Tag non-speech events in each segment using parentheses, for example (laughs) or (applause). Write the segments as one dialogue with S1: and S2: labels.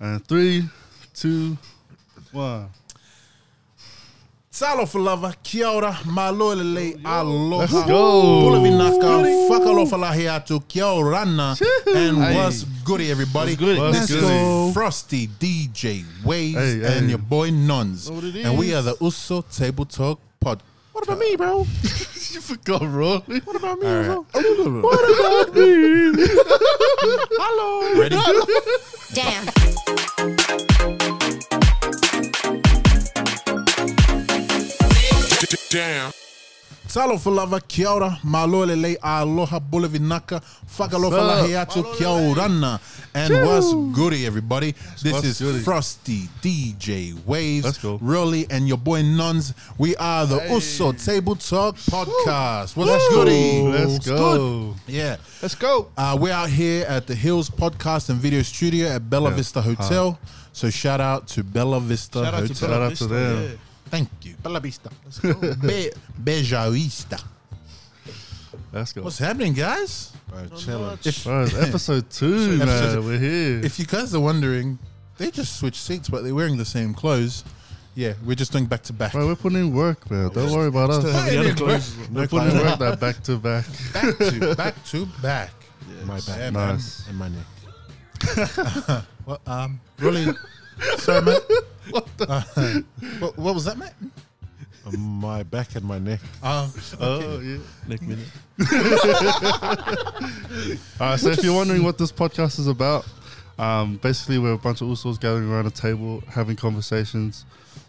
S1: And three, two, one.
S2: Salo for lover, kia ora, malo lele, aloha.
S1: Let's go.
S2: Pula vinaka, whakalofa lahi atu, kia orana, and
S1: Hey.
S2: what's goody everybody?
S3: What's goody?
S1: What's
S2: This
S1: goody?
S2: is Frosty, DJ, Waves,
S1: Hey, hey.
S2: and your boy Nuns.
S1: Know what it
S2: And we
S1: is.
S2: are the Uso Table Talk Pod. What about me, bro?
S1: you forgot, bro. What about me,
S2: Ready?
S4: Damn.
S2: Salo for lover, kia ora, malo lele, aloha, pula vinaka, whakalofa
S1: What's up?
S2: lahi atu, kia orana, and what's goody everybody? This
S1: what's
S2: is
S1: goody.
S2: Frosty, DJ, Waves,
S1: Let's go.
S2: Rolly and your boy Nuns. We are the Uso Table Talk Podcast. What's
S1: Let's
S2: goody?
S1: go. Let's
S2: What's
S1: go.
S2: good? Yeah.
S3: Let's go.
S2: Uh, we're out here at the Hills Podcast and Video Studio at Bella
S1: Yeah.
S2: Vista Hotel. So shout out to Bella Vista
S3: Shout out
S2: Hotel.
S3: to
S1: Shout
S3: Bella
S1: out to
S3: Vista,
S1: them.
S3: yeah.
S2: Thank you. Bella Vista. Be- Beja Vista.
S1: Let's go.
S2: What's happening, guys? If,
S1: Bro,
S2: (laughs)
S1: it's episode two, man.
S2: Episode-
S1: We're here.
S2: if you guys are wondering, they just switched seats, but they're wearing the same clothes. Yeah, we're just doing back to back.
S1: Bro, we're putting in work, man. Don't worry about us.
S2: Hey,
S3: other
S2: dude,
S3: clothes.
S2: bro.
S1: We're putting in work that back to back.
S2: (laughs) back to back to back. My back,
S1: Yeah,
S2: man,
S1: nice.
S2: and my neck. (laughs) well, um, really, sorry, (laughs) mate. (laughs) What, what, was that, mate? Uh, My back and my neck. Um,
S1: Oh, yeah.
S3: Next minute.
S1: All right, so if you're wondering what this podcast is about, um, basically we're a bunch of usos gathering around a table, having conversations,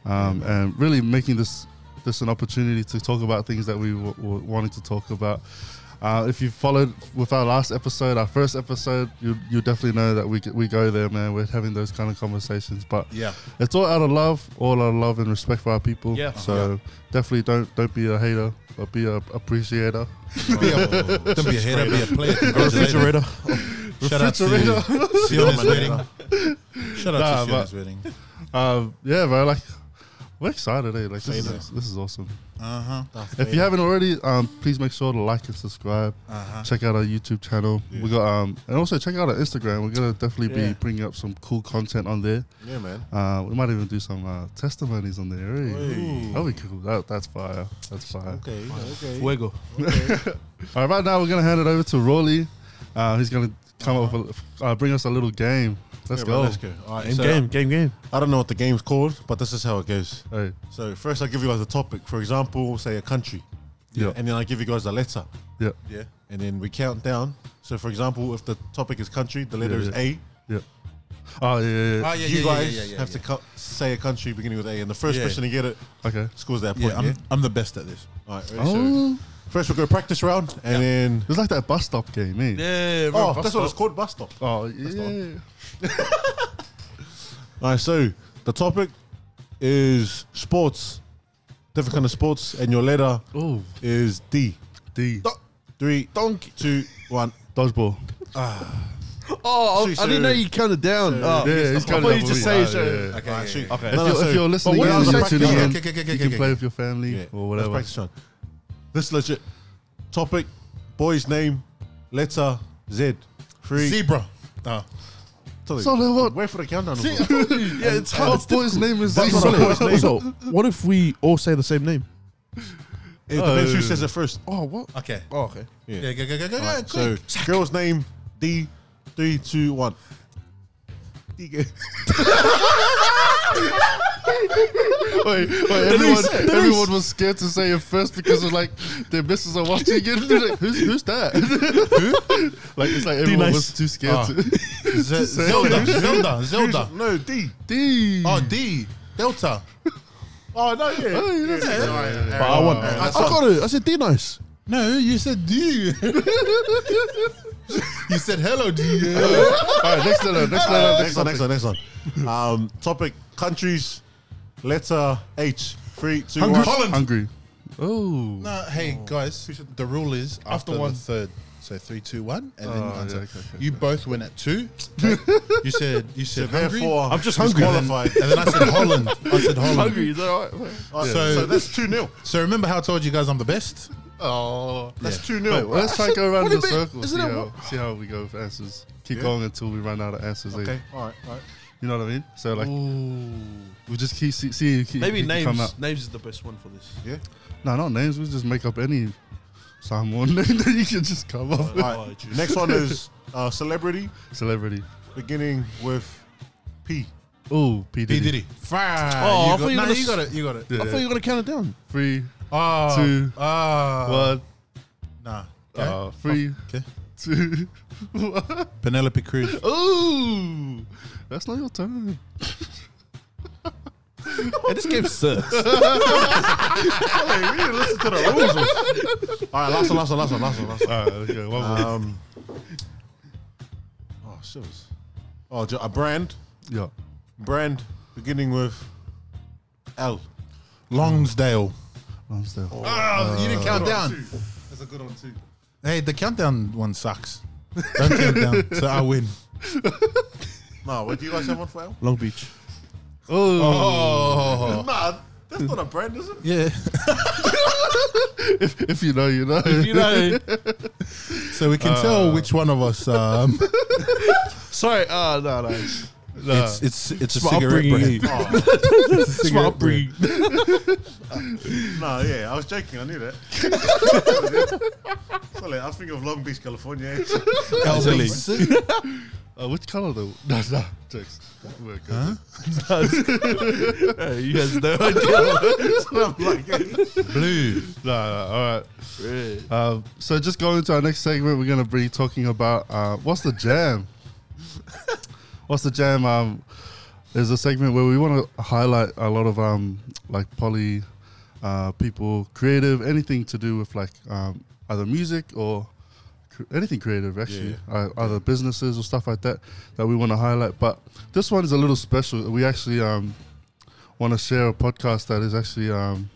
S1: um,
S3: Mm.
S1: and really making this this an opportunity to talk about things that we w- were wanting to talk about. Uh, if you followed with our last episode, our first episode, you you definitely know that we g- we go there, man. We're having those kind of conversations, but
S2: Yeah.
S1: it's all out of love, all out of love and respect for our people.
S3: Yeah.
S1: So definitely don't don't be a hater, but be a appreciator.
S2: be (laughs) a, don't be a hater, be a player.
S3: Refrigerator.
S2: (laughs) Shout out
S1: Refrigerator.
S2: to Siona's wedding. Shout
S1: Nah,
S2: out to
S1: but-
S2: Siona's wedding.
S1: Um, yeah, bro. Like, we're excited, eh? Like, this
S2: Favorite.
S1: is, this is awesome.
S2: Uh huh.
S1: If you haven't already, um, please make sure to like and subscribe.
S2: Uh-huh.
S1: Check out our YouTube channel. We got um, and also check out our Instagram. We're gonna definitely
S3: Yeah.
S1: be bringing up some cool content on there.
S2: Yeah, man.
S1: Uh, we might even do some uh, testimonies on there. Eh?
S2: Hey.
S1: That'll be cool. That, that's fire. That's fire.
S2: Okay.
S1: (laughs)
S2: Okay.
S3: Fuego.
S1: All right, right now we're gonna hand it over to Rolly. Uh, he's gonna come up with a, uh, bring us a little game. Let's
S5: Yeah,
S1: go.
S5: bro, Let's go. All right,
S3: Game,
S5: so
S3: game, game, game.
S5: I don't know what the game's called, but this is how it goes.
S1: Hey,
S5: So first, I give you guys a topic. For example, say a country.
S1: Yeah.
S5: And then I give you guys a letter.
S1: yeah,
S2: Yeah.
S5: And then we count down. So for example, if the topic is country, the letter
S1: Yeah,
S5: is A.
S1: yeah. Oh yeah, yeah,
S2: Ah, yeah,
S5: you
S2: yeah,
S5: guys
S2: yeah, yeah, yeah,
S5: have to co- say a country beginning with A, and the first
S2: Yeah.
S5: person to get it
S1: yeah. Okay.
S5: scores that point.
S2: Yeah,
S5: Yeah.
S2: I'm, I'm the best at this.
S5: All right. Ready? So
S1: Oh,
S5: first, we'll go practice round, and then.
S1: it's like that bus stop game, eh?
S3: Yeah,
S5: Oh, that's what it's called, bus stop.
S1: Oh yeah.
S5: All right, so the topic is sports, different kind of sports, and your letter
S1: Oh,
S5: is D.
S1: D.
S5: Three, two, one.
S1: Dodgeball.
S3: Oh,
S5: Sue,
S3: I didn't know
S5: Sue.
S3: you counted down. Oh,
S1: Yeah, he's
S3: I
S1: counted
S3: thought you
S1: up
S3: just
S1: for me.
S3: say
S1: Ah,
S3: so.
S1: yeah, yeah.
S5: Okay. All right, shoot.
S3: Okay.
S1: If you're, if you're listening,
S5: uh, what
S1: in
S5: is
S1: and
S5: the
S1: you're
S5: practice-
S1: tuning
S5: okay,
S1: in,
S5: okay, okay, okay,
S1: you can
S5: okay,
S1: play
S5: okay.
S1: with your family or
S5: Yeah, Let's
S1: whatever.
S5: practice on. This legit. Topic, boy's name, letter Z. Three.
S2: Zebra. (laughs) Uh,
S5: (laughs) Tell you.
S1: Solid what?
S5: Wait for the countdown.
S3: Yeah,
S5: bro.
S3: it's
S1: Oh,
S3: hard.
S1: boy's name is
S5: That's
S1: Zebra.
S5: what I- Wait,
S3: So, what if we all say the same name?
S5: It depends
S1: Oh.
S5: who says it first.
S1: Oh, what?
S2: okay.
S3: Oh, okay.
S5: Yeah.
S2: Yeah, go, go, go, go, go.
S5: Alright, so
S2: quick.
S5: girl's name D. Three, two, one. (laughs) DK.
S1: (laughs) Wait, wait, everyone, everyone was scared to say it first because of like their missus are watching it. They're like, who's, who's that? (laughs) like it's like everyone
S3: nice.
S1: was too scared
S2: Ah.
S1: to. (laughs)
S5: (laughs)
S2: Z- Zelda, Zelda, Zelda.
S5: (laughs) No, D.
S1: D.
S2: Oh, D. Delta.
S5: Oh, no, yeah.
S1: Hey, that's-
S3: But I
S4: Uh,
S3: want.
S2: man,
S3: I
S2: that's
S3: got it. I said D nice.
S2: No, you said D. you said hello, D.
S1: All right, next letter, next letter,
S5: (laughs) Next one, next one, next one. Um, topic, countries, letter H. Three, two, one.
S1: Hungry. Oh.
S2: No, hey guys, the rule is after, one third. So three, two, one, and then you
S1: yeah,
S2: answer.
S1: okay, okay,
S2: you both win at two. you said you said hungry,
S5: Therefore,
S3: I'm just hungry.
S2: and then, and then I said Holland. I said Holland.
S1: Hungry, is that all right?
S5: Alright,
S2: So-
S5: so, that's 2 0.
S2: So remember how I told you guys I'm the best?
S1: Oh.
S5: That's 2
S1: Wait,
S5: 0.
S1: well, let's try and go around
S3: What do
S1: in a
S3: you mean?
S1: circle.
S3: Isn't
S1: See
S3: it
S1: how, see how we go with answers. Keep going until we run out of answers. eh?
S5: Okay, alright, alright.
S1: You know what I mean? So like
S4: Ooh.
S1: we just keep see, see who keep,
S4: Maybe
S1: who can come out.
S4: names. Names is the best one for this.
S2: Yeah.
S1: No, not names. We just make up any Samoan name (laughs) that you can just come up with.
S4: Oh, geez.
S5: Next one is uh, celebrity,
S1: Celebrity.
S5: beginning with P.
S1: Oh, P
S2: P
S1: Diddy.
S2: Diddy. Fire.
S3: Oh, I
S2: you
S3: thought you were
S2: got, nah,
S3: gonna
S2: you
S3: s-
S2: got it. You got it.
S1: Yeah.
S3: I thought you were gonna count it down.
S1: Three,
S2: Oh,
S1: Two.
S2: Oh,
S1: one,
S2: Nah. Okay.
S1: uh, three,
S2: okay.
S1: two. (laughs)
S2: Penelope Cruz.
S1: Ooh, that's not your turn.
S4: Hey, this game sucks.
S5: Listen to the rules. (laughs) All right, last one, last one, last one, last one, last one.
S1: All right, let's go. One more.
S5: Um, oh, shivers. Oh, ju- a brand,
S1: (laughs) Yeah.
S5: brand beginning with L.
S2: Longsdale.
S1: I'm still.
S2: Oh, you didn't count down.
S5: That's a good one too.
S2: Hey, the countdown one sucks. Don't count
S5: (laughs)
S2: down. So I win.
S5: No, what do you guys have one for L?
S3: Long Beach.
S1: Oh,
S2: Oh.
S5: Nah, that's not a brand, is it?
S2: Yeah.
S1: (laughs) if, if you know, you know.
S4: you know.
S2: So we can tell
S5: Uh,
S2: which one of us. Um,
S4: Sorry. Ah, no, no. It's
S1: Nah.
S2: it's it's it's a
S4: my
S2: cigarette
S4: upbringing.
S2: brand.
S4: It's my upbringing.
S5: No, yeah, I was joking. I knew that. Sorry, I was thinking of Long Beach, California. (laughs)
S2: Elderly.
S1: uh, which color though? (laughs) Nah, nah, jokes. We're good.
S4: Hey, you guys no idea.
S5: I'm like, yeah.
S2: Blue.
S1: Nah, nah, all right. Um, so just going into our next segment, we're gonna be talking about uh, what's the jam. what's the jam? Um, is a segment where we want to highlight a lot of um, like poly uh, people, creative, anything to do with like um, either music or cr- anything creative, actually, Uh, either businesses or stuff like that that we want to highlight. But this one is a little special. We actually um, want to share a podcast that is actually. Um,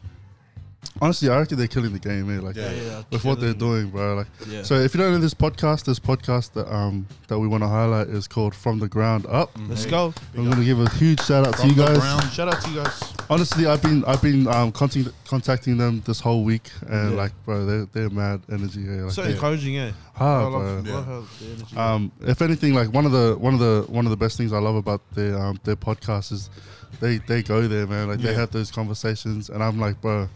S1: Honestly, I reckon they're killing the game, eh? Like,
S2: Yeah.
S4: Yeah,
S1: with what they're doing, bro. Like,
S4: Yeah.
S1: so if you don't know this podcast, this podcast that um that we want to highlight is called From the Ground Up.
S4: Let's go.
S1: I'm gonna give a huge shout out
S2: From
S1: to you
S2: the
S1: guys.
S2: ground.
S4: Shout out to you guys.
S1: Honestly, I've been I've been um contact, contacting them this whole week, and
S4: Yeah.
S1: like, bro, they're they're mad energy. Yeah, like,
S4: So
S1: they're
S4: encouraging, eh? I
S1: hard, Oh, bro.
S4: love, love how the energy.
S1: Um, if anything, like one of the one of the one of the best things I love about their um, their podcast is they they go there, man. Like they
S2: Yeah.
S1: have those conversations, and I'm like, bro,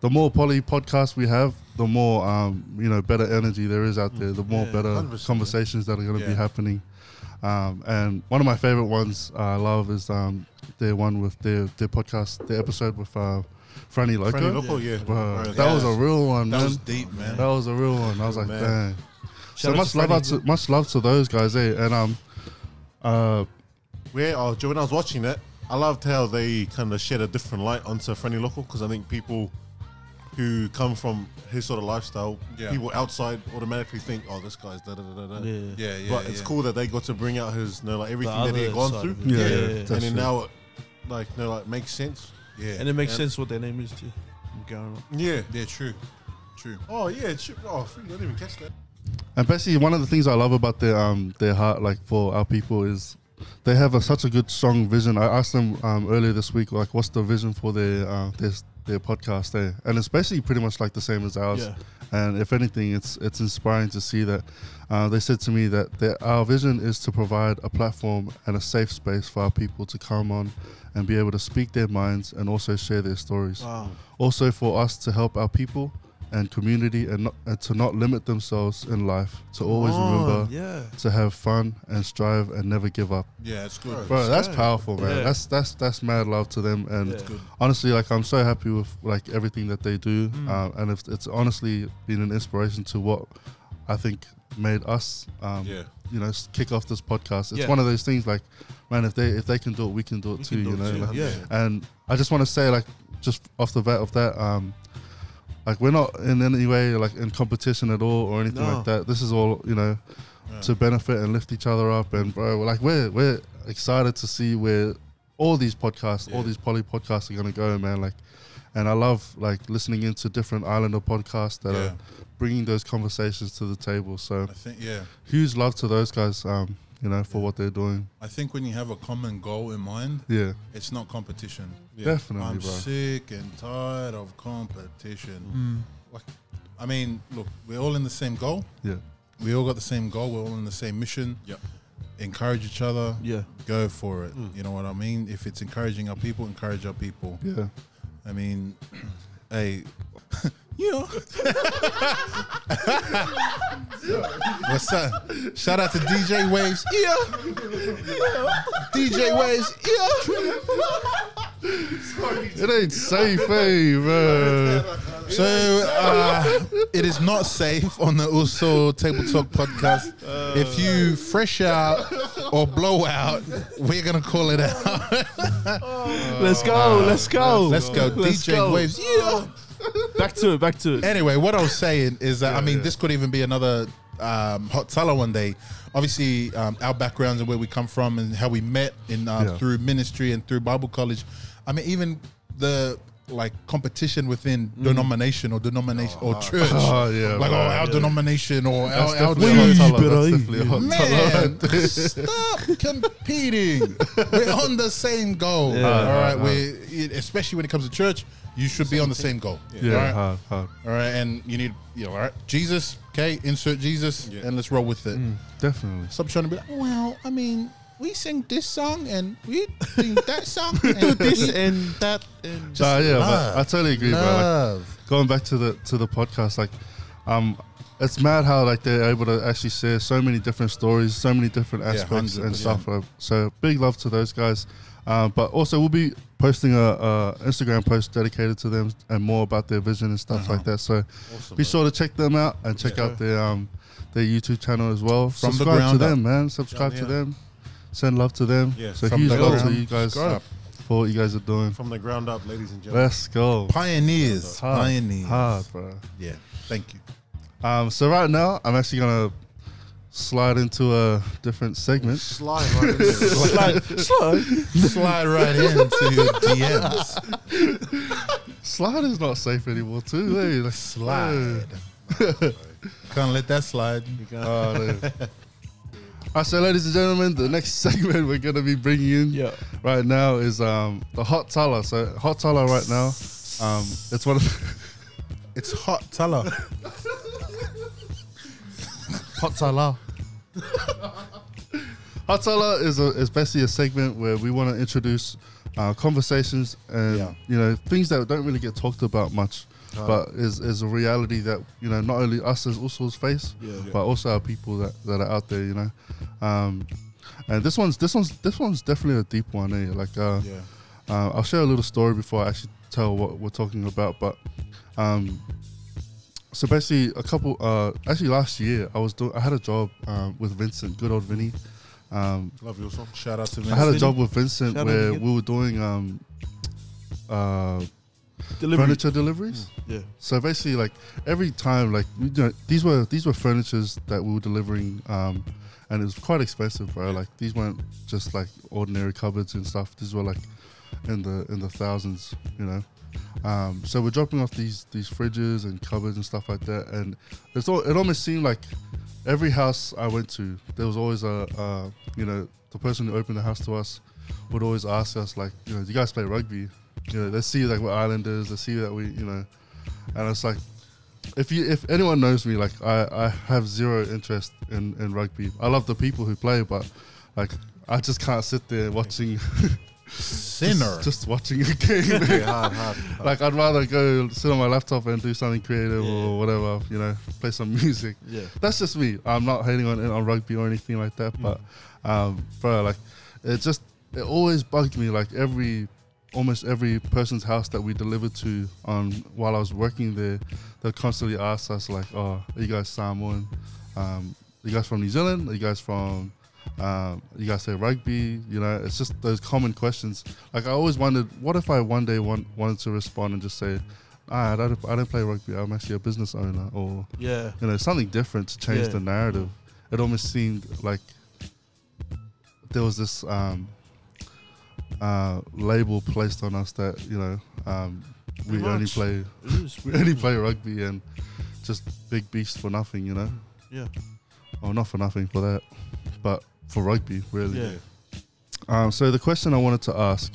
S1: the more poly podcasts we have, the more um, you know better energy there is out there. The more
S4: Yeah,
S1: better
S2: 100%,
S1: conversations that are going to be
S2: Yeah.
S1: happening. Um, and one of my favorite ones I love is um, their one with their their podcast, their episode with uh, Franny Loco.
S5: Friendly local, yeah.
S1: Bro,
S5: Bro,
S1: that was a real one,
S2: That
S1: man.
S2: was deep, man.
S1: that was a real one. I was like,
S5: man.
S1: dang. So
S4: Shout out
S1: much
S4: to
S1: love out
S4: Freddie.
S1: to much love to those guys, eh? And um, uh,
S5: Where, oh, Joe, when I was watching that, I loved how they kind of shed a different light onto Friendly Local because I think people who come from his sort of lifestyle,
S2: Yeah.
S5: people outside automatically think, oh, this guy's da da da da da.
S4: Yeah.
S2: Yeah, yeah.
S5: but it's
S2: yeah.
S5: cool that they got to bring out his, you know, like
S4: The
S5: everything that
S4: other
S5: he had gone
S4: side
S5: through.
S4: of it.
S1: Yeah,
S4: Yeah.
S1: yeah,
S4: yeah,
S1: yeah.
S4: yeah.
S5: And
S1: That's
S5: then
S1: true.
S5: now, it, like, you know, like makes sense.
S2: Yeah.
S4: And it makes
S5: And-
S4: sense what their name is too. I'm going on.
S5: Yeah.
S2: yeah, true. True.
S5: Oh, yeah. It should, oh, I didn't even catch that.
S1: and basically one of the things I love about their um their heart, like for our people, is they have a, such a good strong vision. I asked them um, earlier this week, like, what's the vision for their uh, their their podcast, eh? And it's basically pretty much like the same as ours.
S4: Yeah.
S1: And if anything, it's it's inspiring to see that. Uh, they said to me that their, our vision is to provide a platform and a safe space for our people to come on and be able to speak their minds and also share their stories.
S4: Wow.
S1: also for us to help our people and community and, not, and to not limit themselves in life to always remember
S4: Oh, Yeah.
S1: to have fun and strive and never give up
S2: Yeah, it's good.
S1: bro that's
S4: good.
S1: powerful man
S4: Yeah.
S1: that's that's that's mad love to them and
S4: Yeah. It's good.
S1: honestly like i'm so happy with like everything that they do
S4: Mm.
S1: um, and it's, it's honestly been an inspiration to what i think made us um,
S2: Yeah.
S1: you know s- kick off this podcast it's
S4: Yeah.
S1: one of those things like man if they if they can do it we can do it
S4: We
S1: too
S4: can do
S1: you
S4: it
S1: know
S4: too,
S1: like,
S4: yeah.
S1: and I just want to say, like, just off the bat of that, um, like, we're not in any way like in competition at all or anything
S4: No.
S1: like that. This is all you know to benefit and lift each other up. And bro, like, we're we're excited to see where all these podcasts, all these poly podcasts, are gonna go, man. Like, and I love like listening into different islander podcasts that
S2: Yeah.
S1: are bringing those conversations to the table. So
S2: I think yeah.
S1: huge love to those guys, um, you know, for what they're doing.
S2: I think when you have a common goal in mind,
S1: Yeah,
S2: it's not competition.
S1: definitely,
S2: I'm
S1: bro.
S2: sick and tired of competition.
S5: Mm.
S2: Like, I mean, look, we're all in the same goal.
S1: Yeah,
S2: We all got the same goal. We're all in the same mission.
S5: Yep.
S2: encourage each other.
S4: Yeah.
S2: Go for it. You know what I mean? If it's encouraging our people, encourage our people.
S1: Yeah.
S2: I mean, (clears throat) hey, (laughs) you know. (laughs) What's up? Shout out to DJ Waves. Yeah. DJ Waves. Yeah.
S1: It ain't safe, eh, bro.
S2: So uh, it is not safe on the Also Table Talk podcast. if you fresh out or blow out, we're gonna call it out.
S1: uh,
S4: Let's go. Let's go.
S2: Let's go, DJ Waves. Yeah.
S4: Back to it. Back to it.
S2: Anyway, what I was saying is that I mean,
S1: yeah.
S2: this could even be another um, hot seller one day. Obviously, um, our backgrounds and where we come from and how we met in um,
S1: Yeah.
S2: through ministry and through Bible college. I mean, even the like competition within denomination or denomination or church.
S1: Mm. Oh, yeah. (laughs)
S2: like, oh,
S1: bro,
S2: our
S1: yeah.
S2: denomination or
S1: That's
S2: our, our
S1: definitely a hot
S2: church.
S1: tub,
S4: bro.
S1: That's definitely a hot tub.
S2: Man, stop competing. We're on the same goal.
S4: Yeah.
S2: All right,
S1: Uh,
S2: we especially when it comes to church, you should be on the same goal.
S1: Yeah,
S2: All right?
S1: hard, hard.
S2: All right, and you need, you know, all right, Jesus, okay, insert Jesus,
S5: Yeah.
S2: and let's roll with it.
S1: Definitely.
S2: Stop trying to be like, "Oh, well, I mean, we sing this song and we
S1: (laughs)
S2: sing that song and do this and that. And
S1: Nah, Uh, yeah,
S2: love.
S1: but I totally agree, bro. Like,
S2: love.
S1: going back to the to the podcast, like, um, it's mad how like they're able to actually share so many different stories, so many different aspects and
S2: 100%.
S1: stuff. bro. So big love to those guys. Um, but also we'll be posting a, a Instagram post dedicated to them and more about their vision and stuff
S2: Uh-huh.
S1: like that. So
S5: Awesome,
S1: be
S5: man.
S1: sure to check them out and check
S5: Yeah.
S1: out their um their YouTube channel as well.
S2: From the
S1: Subscribe to
S2: ground up.
S1: them, man. Subscribe to
S5: Yeah.
S1: them. Send love to them.
S5: Yeah.
S1: So
S2: From
S1: huge
S2: the
S1: love to
S2: ground
S1: you guys uh,
S2: up.
S1: for what you guys are doing.
S5: From the ground up, ladies and gentlemen.
S1: Let's go.
S2: Pioneers,
S1: Hard,
S2: pioneers.
S1: hard, bro.
S2: Yeah, thank
S1: (laughs)
S2: you.
S1: Um, so right now, I'm actually gonna slide into a different segment.
S5: Slide right in
S1: (laughs)
S5: there.
S4: Slide. Slide.
S2: Slide right into your DMs.
S1: Slide is not safe anymore, (laughs) too. eh? Like, (laughs)
S2: Slide. Can't let that slide.
S1: Oh, (laughs) no. Alright, so ladies and gentlemen, the next (laughs) segment we're gonna be bringing in
S4: Yeah.
S1: right now is um, the hot tala. So hot tala right now, um, it's one of
S2: (laughs) It's hot
S1: (laughs)
S2: tala. hot tala.
S1: hot tala is a, is basically a segment where we want to introduce uh, conversations and
S2: Yeah. Uh-huh.
S1: you know things that don't really get talked about much, but is is a reality that you know not only us as Usuls face,
S4: Yeah.
S1: but also our people that, that are out there, you know. Um, and this one's this one's this one's definitely a deep one. Eh? Like, uh,
S2: Yeah.
S1: uh, I'll share a little story before I actually tell what we're talking about. But um, so basically, a couple uh, actually last year, I was doing I had a job um, with Vincent, good old Vinny. Um,
S5: Love your song.
S2: Shout out to
S1: (laughs) I had
S2: Vince.
S1: a job with Vincent
S4: Shout out
S1: where
S4: again.
S1: we were doing um, uh,
S4: Delivery.
S1: furniture deliveries.
S4: Yeah.
S1: So basically, like every time, like we, you know, these were these were furnitures that we were delivering, um, and it was quite expensive, bro. Like these weren't just like ordinary cupboards and stuff. These were like in the in the thousands, you know. Um, so we're dropping off these these fridges and cupboards and stuff like that, and it's all it almost seemed like every house I went to, there was always a, a you know the person who opened the house to us would always ask us like, you know, do you guys play rugby? You know, they see like we're islanders, they see that we, you know, and it's like if you if anyone knows me, like I, I have zero interest in, in rugby. I love the people who play, but like I just can't sit there watching (laughs)
S2: Sinner.
S1: just watching a game.
S5: (laughs) Yeah, hard, hard. hard.
S1: like I'd rather go sit on my laptop and do something creative or whatever, you know, play some (laughs) music.
S4: Yeah.
S1: That's just me. I'm not hating on on rugby or anything like that, but um, bro, like it just it always bugged me. Like every almost every person's house that we delivered to on while I was working there, they constantly asked us like, "Oh, are you guys Samoan? Um, are you guys from New Zealand? Are you guys from?" Um, you guys say rugby, you know, it's just those common questions. Like I always wondered, what if I one day want, wanted to respond and just say, ah, I don't, I don't play rugby. I'm actually a business owner, or
S4: Yeah.
S1: you know something different to change
S4: Yeah.
S1: the narrative. It almost seemed like there was this um, uh, label placed on us that you know um, we
S4: Pretty
S1: only
S4: much.
S1: play (laughs)
S4: It is.
S1: we only play rugby and just big beasts for nothing, you know.
S4: Yeah.
S1: Well, not for nothing for that, but for rugby really.
S4: Yeah.
S1: Um, so the question I wanted to ask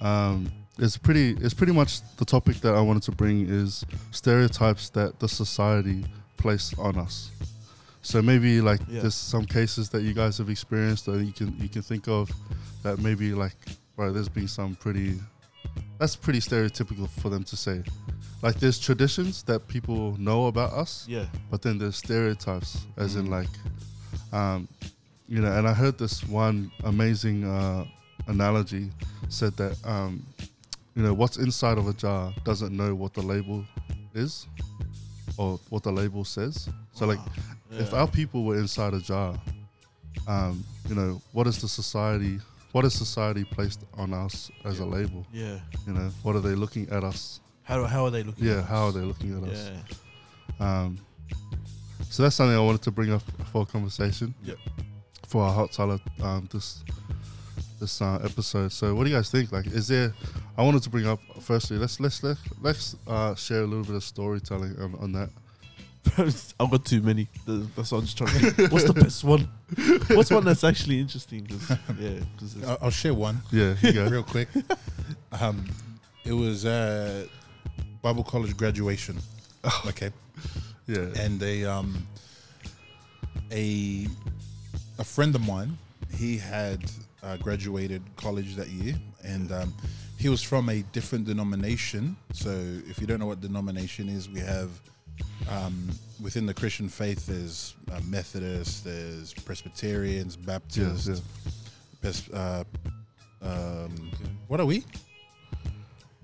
S1: um, is pretty. It's pretty much the topic that I wanted to bring is stereotypes that the society place on us. So maybe like
S4: Yeah.
S1: there's some cases that you guys have experienced that you can you can think of that maybe like right there's been some pretty that's pretty stereotypical for them to say. Like there's traditions that people know about us,
S4: Yeah.
S1: but then there's stereotypes as
S4: Mm.
S1: in like um you know and i heard this one amazing uh analogy said that um you know what's inside of a jar doesn't know what the label is or what the label says so like if our people were inside a jar um you know what is the society what is society placed on us as a label
S4: Yeah.
S1: you know what are they looking at us
S4: How, how are they looking?
S1: yeah
S4: at us?
S1: how are they looking at us (laughs)
S4: Yeah.
S1: um, so that's something I wanted to bring up for conversation.
S4: Yep.
S1: For our hot salad um, this this uh, episode. So what do you guys think? Like, is there? I wanted to bring up firstly. Let's let's let's, let's uh, share a little bit of storytelling on, on that.
S4: I've got too many. Th- That's what I'm just trying
S1: (laughs)
S4: to think. What's the best one? What's one that's actually interesting?
S1: (laughs)
S4: 'Cause- yeah, 'cause
S1: Uh,
S4: it's-
S2: I'll, I'll share one
S1: Yeah. Here (laughs) you go.
S2: real quick. Um, it was uh, Bible college graduation. Okay,
S1: yeah.
S2: and a um, a a friend of mine, he had uh, graduated college that year, and um, he was from a different denomination. So, if you don't know what denomination is, we have um, within the Christian faith, there's uh, Methodists, there's Presbyterians, Baptists.
S1: yeah.
S2: Pes- uh, um, what are we?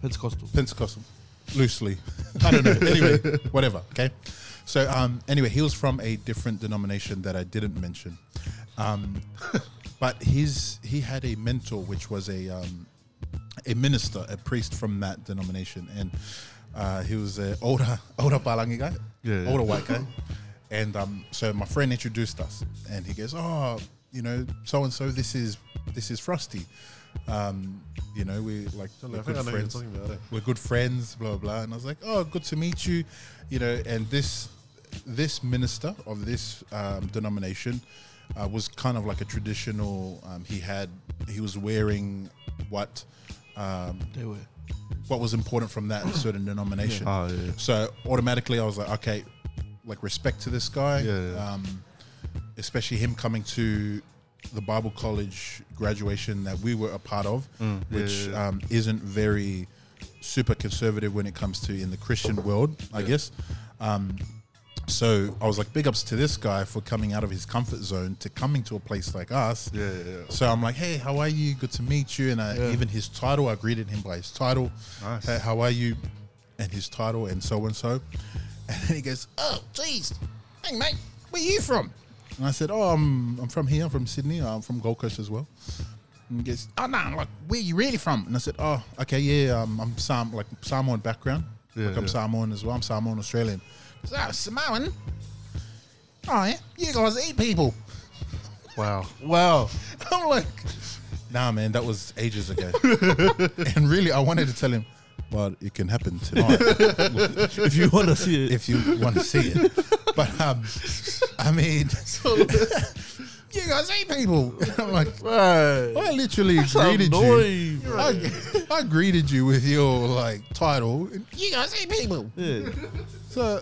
S4: Pentecostal.
S2: Pentecostal, loosely. I don't know. anyway, whatever. Okay. So, um, anyway, he was from a different denomination that I didn't mention, um, but his he had a mentor which was a um, a minister, a priest from that denomination, and uh, he was an older older Balangi guy,
S1: Yeah, yeah.
S2: older white guy, and um, so my friend introduced us, and he goes, "Oh, you know, so and so, this is this is Frosty." Um, you know, we like
S5: Totally,
S2: we're
S5: I
S2: good
S5: think I know what you're
S2: friends
S5: talking about. eh?
S2: we're good friends, blah blah, blah. And I was like, oh, good to meet you, you know. And this this minister of this um, denomination uh, was kind of like a traditional. Um, he had he was wearing what um,
S4: They were.
S2: what was important from that certain denomination.
S1: Oh yeah.
S2: So automatically, I was like, okay, like respect to this guy.
S1: Yeah, yeah.
S2: Um, especially him coming to the Bible college graduation that we were a part of,
S1: Mm. yeah,
S2: which
S1: yeah, yeah.
S2: Um, isn't very super conservative when it comes to in the Christian world, I guess. Um, so I was like, big ups to this guy for coming out of his comfort zone to coming to a place like us.
S1: Yeah. Yeah. yeah.
S2: So I'm like, hey, how are you? Good to meet you. And I, even his title, I greeted him by his title.
S1: Nice.
S2: Hey, how are you? And his title, and so and so. (laughs) And then he goes, oh, jeez, hey, mate, where you from? And I said, oh, I'm, I'm from here. I'm from Sydney. I'm from Gold Coast as well. And he goes, oh, no, like, where you really from? And I said, oh, okay, yeah, um, I'm Sam, like Samoan background.
S1: Yeah,
S2: like I'm
S1: yeah.
S2: Samoan as well. I'm Samoan Australian. He goes, oh, Samoan? Oh, yeah, you guys eat people.
S1: Wow.
S4: Wow.
S2: (laughs) I'm like, nah, man, that was ages ago.
S4: (laughs)
S2: and really, I wanted to tell him, well, it can happen tonight
S4: (laughs) if you want to
S1: (laughs)
S4: see it,
S2: if you want to see it. But um, I mean, (laughs) you guys hate people. (laughs) And I'm like,
S4: right.
S2: I literally greeted
S4: Greeted
S2: you. I, I greeted you with your like title. and You guys hate people.
S4: Yeah.
S2: So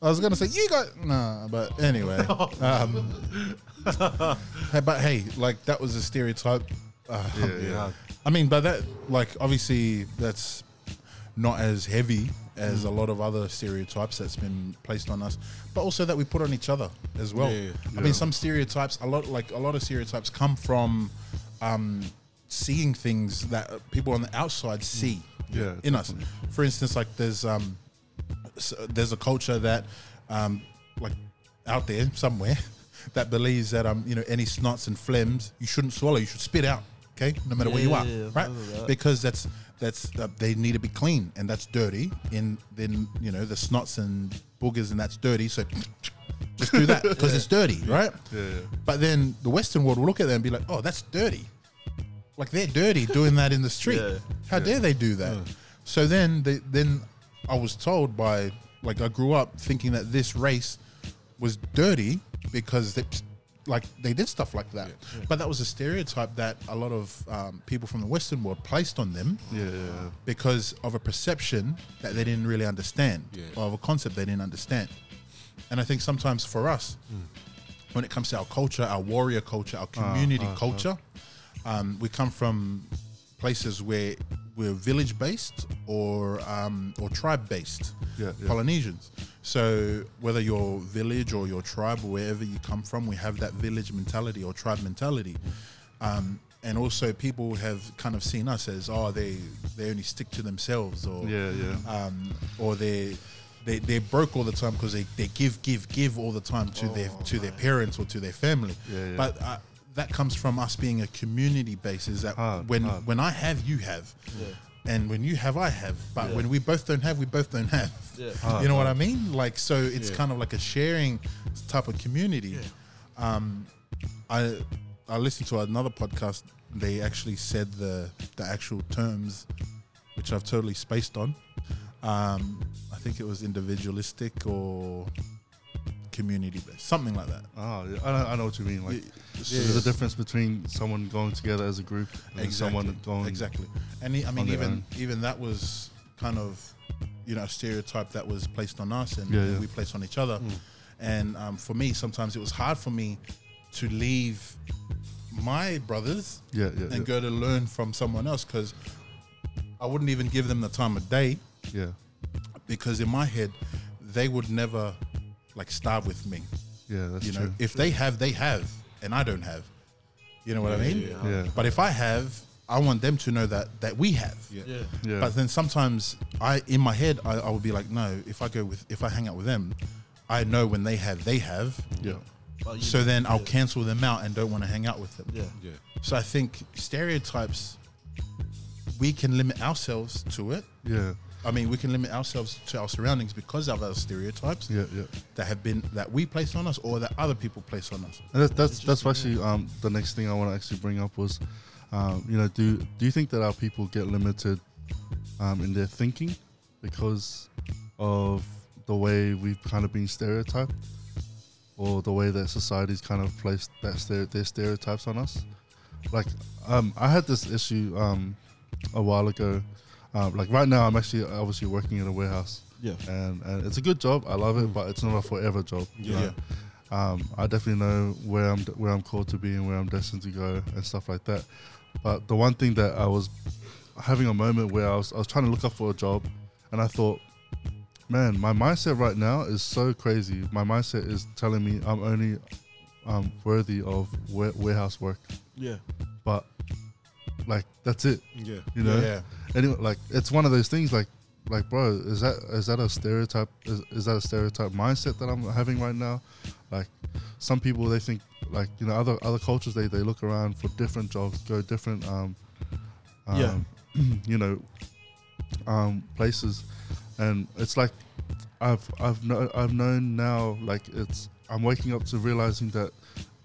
S2: I was gonna say you got nah, but anyway. um, hey, but hey, like that was a stereotype. Uh,
S1: Yeah, yeah.
S2: I mean, but that like obviously that's not as heavy as a lot of other stereotypes that's been placed on us, but also that we put on each other as well.
S5: Yeah, yeah,
S2: I mean, some stereotypes, a lot like a lot of stereotypes come from um, seeing things that people on the outside see
S1: Yeah,
S2: in us. For instance, like there's um, s- there's a culture that um, like out there somewhere (laughs) that believes that um, you know any snots and phlegms you shouldn't swallow, you should spit out. Okay, no matter
S4: Yeah,
S2: where you
S4: yeah,
S2: are,
S4: yeah, I've
S2: right?
S4: heard of that.
S2: Because that's that's uh, they need to be clean, and that's dirty. And then you know the snots and boogers, and that's dirty. So just do that because it's dirty, right?
S1: Yeah.
S2: But then the Western world will look at that and be like, "Oh, that's dirty." Like they're dirty doing that in the street.
S4: Yeah.
S2: How dare they do that?
S1: Mm.
S2: So then, they, then I was told by like I grew up thinking that this race was dirty because they, like they did stuff like that. But that was a stereotype that a lot of um, people from the Western world placed on them
S1: Yeah. Yeah.
S2: because of a perception that they didn't really understand
S5: Yeah.
S2: or of a concept they didn't understand. And I think sometimes for us,
S1: Hmm.
S2: when it comes to our culture, our warrior culture, our
S1: Uh,
S2: community culture, Um, we come from places where we're village based or um, or tribe based
S1: Yeah, yeah.
S2: Polynesians. So whether your village or your tribe or wherever you come from, we have that village mentality or tribe mentality. Um, and also people have kind of seen us as oh they they only stick to themselves or
S1: Yeah, yeah.
S2: um, or they they they broke all the time because they, they give give give all the time to their to their parents or to their family.
S1: Oh, Yeah, yeah.
S2: But uh, that comes from us being a community base. Is that
S1: Hard,
S2: when
S1: hard.
S2: when I have you have, and when you have I have. But when we both don't have, we both don't have.
S4: Yeah.
S2: (laughs) You know what I mean? Like so, it's kind of like a sharing type of community. Um, I I listened to another podcast. They actually said the the actual terms, which I've totally spaced on. Um, I think it was individualistic or community based, something like that.
S1: Oh, yeah. I, know, I know what you mean. Like,
S2: Yeah,
S1: there's a difference between someone going together as a group and someone going.
S2: exactly. And he- I
S1: on
S2: mean,
S1: their
S2: even
S1: own.
S2: even that was kind of you know a stereotype that was placed on us and
S1: Yeah,
S2: and
S1: yeah. Mm.
S2: we placed on each other. And um, for me, sometimes it was hard for me to leave my brothers
S1: Yeah, yeah, yeah.
S2: and go to learn from someone else because I wouldn't even give them the time of day
S1: yeah,
S2: because in my head they would never like starve with me.
S1: yeah, that's
S2: you
S1: true.
S2: know, if they have, they have, and I don't have. You know what I mean?
S1: yeah.
S2: But if I have, I want them to know that that we have.
S4: Yeah.
S1: yeah,
S2: But then sometimes I, in my head, I, I would be like, no. If I go with, if I hang out with them, I know when they have, they have.
S1: yeah,
S4: But you-
S2: So then I'll
S4: yeah.
S2: cancel them out and don't want to hang out with them.
S4: Yeah.
S5: Yeah.
S2: So I think stereotypes, we can limit ourselves to it.
S1: yeah,
S2: I mean, we can limit ourselves to our surroundings because of our stereotypes
S1: yeah, yeah.
S2: that have been that we place on us or that other people place on us.
S1: And that's that's, that's actually um, the next thing I want to actually bring up was, um, you know, do do you think that our people get limited um, in their thinking because of the way we've kind of been stereotyped, or the way that society's kind of placed that stere- their stereotypes on us? Like, um, I had this issue um, a while ago. Um, like right now, I'm actually obviously working in a warehouse.
S4: Yeah.
S1: and, and it's a good job. I love it, but it's not a forever job. you
S2: Yeah.
S1: know? um, I definitely know where I'm where I'm called to be and where I'm destined to go and stuff like that. But the one thing that I was having a moment where I was I was trying to look up for a job, and I thought, man, my mindset right now is so crazy. My mindset is telling me I'm only um, worthy of wa- warehouse work,
S4: Yeah.
S1: but like that's it,
S5: Yeah.
S1: you know.
S2: Yeah.
S1: Anyway, like it's one of those things like. Like bro, is that is that a stereotype? Is, is that a stereotype mindset that I'm having right now? Like some people they think like you know other other cultures they, they look around for different jobs go different um, um
S4: Yeah.
S1: (clears throat) you know um places and it's like i've i've no, i've known now like it's i'm waking up to realizing that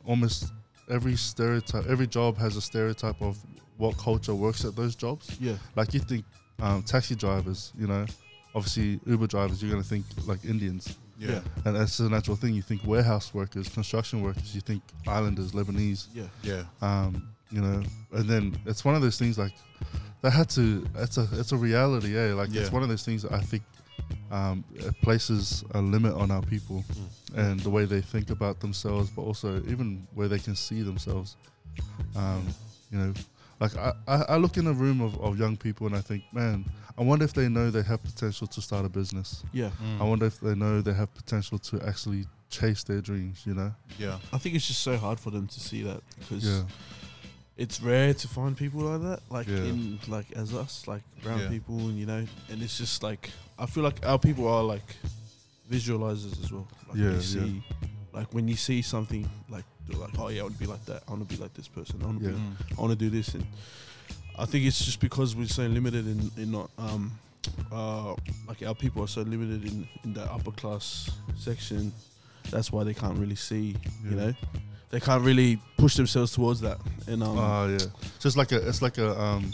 S1: almost every stereotype every job has a stereotype of what culture works at those jobs
S4: Yeah.
S1: like you think um, taxi drivers you know obviously uber drivers you're going to think like indians
S4: Yeah.
S1: and that's a natural thing. You think warehouse workers, construction workers, you think islanders, Lebanese,
S4: Yeah.
S2: Yeah.
S1: um, you know, and then it's one of those things like that had to. It's a it's a reality, eh? Like it's
S2: Yeah.
S1: one of those things that I think um, it places a limit on our people
S4: Mm.
S1: and the way they think about themselves, but also even where they can see themselves. Um, you know, like I, I, I look in a room of, of young people and I think, man, I wonder if they know they have potential to start a business.
S4: Yeah.
S1: I wonder if they know they have potential to actually chase their dreams, you know?
S2: Yeah.
S4: I think it's just so hard for them to see that because
S1: Yeah.
S4: it's rare to find people like that, like
S1: Yeah.
S4: in like as us, like brown
S2: Yeah.
S4: people, and you know, and it's just like I feel like our people are like visualizers as well. Like
S1: Yeah,
S4: they
S1: yeah.
S4: see, like when you see something, like they're like oh yeah, I want to be like that. I want to be like this person. I want to
S1: Yeah.
S4: be.
S5: Mm.
S4: I want to do this, and I think it's just because we're so limited in in not um uh like our people are so limited in in that upper class section. That's why they can't really see,
S1: Yeah.
S4: you know. They can't really push themselves towards that, and um,
S1: Oh yeah. Just like a it's like a um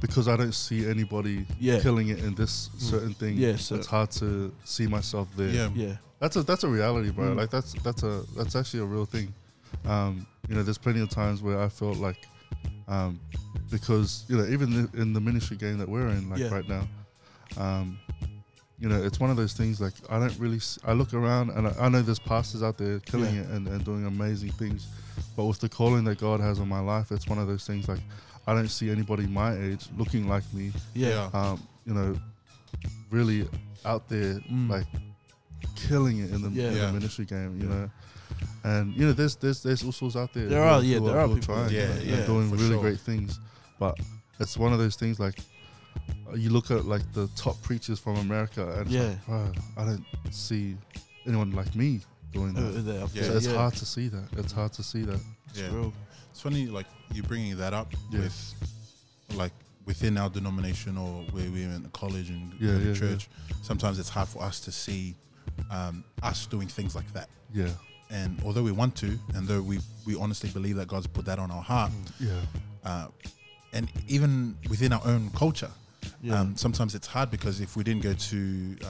S1: because I don't see anybody
S4: Yeah. Mm.
S1: killing it in this certain thing.
S4: Yeah, so-
S1: it's hard to see myself there.
S2: Yeah.
S4: yeah,
S1: That's a that's a reality, bro.
S4: Mm.
S1: Like that's that's a that's actually a real thing. Um, you know, there's plenty of times where I felt like um because, you know, even the, in the ministry game that we're in, like
S4: Yeah.
S1: right now, um, you know, it's one of those things like I don't really, s- I look around and I, I know there's pastors out there killing
S4: Yeah.
S1: it and, and doing amazing things. But with the calling that God has on my life, it's one of those things like I don't see anybody my age looking like me,
S4: Yeah.
S1: um, you know, really out there
S4: Mm.
S1: like killing it in the,
S4: Yeah.
S1: in
S2: Yeah.
S1: the ministry game, you know. And you know, there's there's there's all sorts out there.
S4: There
S1: who
S4: are, yeah,
S1: who
S4: there are
S1: who
S4: people.
S1: trying,
S2: Yeah,
S1: you know, and
S2: yeah,
S1: doing
S2: for
S1: really
S2: sure.
S1: great things. But it's one of those things like uh, you look at like the top preachers from America, and it's
S4: Yeah.
S1: like, "Bro, I don't see anyone like me doing
S4: Uh,
S1: that.
S4: they're up
S2: Yeah.
S1: so
S4: there,
S1: it's
S4: yeah.
S1: hard to see that. It's hard to see that.
S2: Yeah.
S4: Bro.
S2: It's funny, like you bringing that up
S1: Yeah.
S2: with, like within our denomination or where we went to college and
S1: Yeah,
S2: go to
S1: yeah,
S2: church. Sometimes it's hard for us to see um, us doing things like that.
S1: Yeah,
S2: And although we want to, and though we we honestly believe that God's put that on our heart,
S1: yeah,
S2: uh, and even within our own culture.
S4: Yeah.
S2: Um, sometimes it's hard because if we didn't go to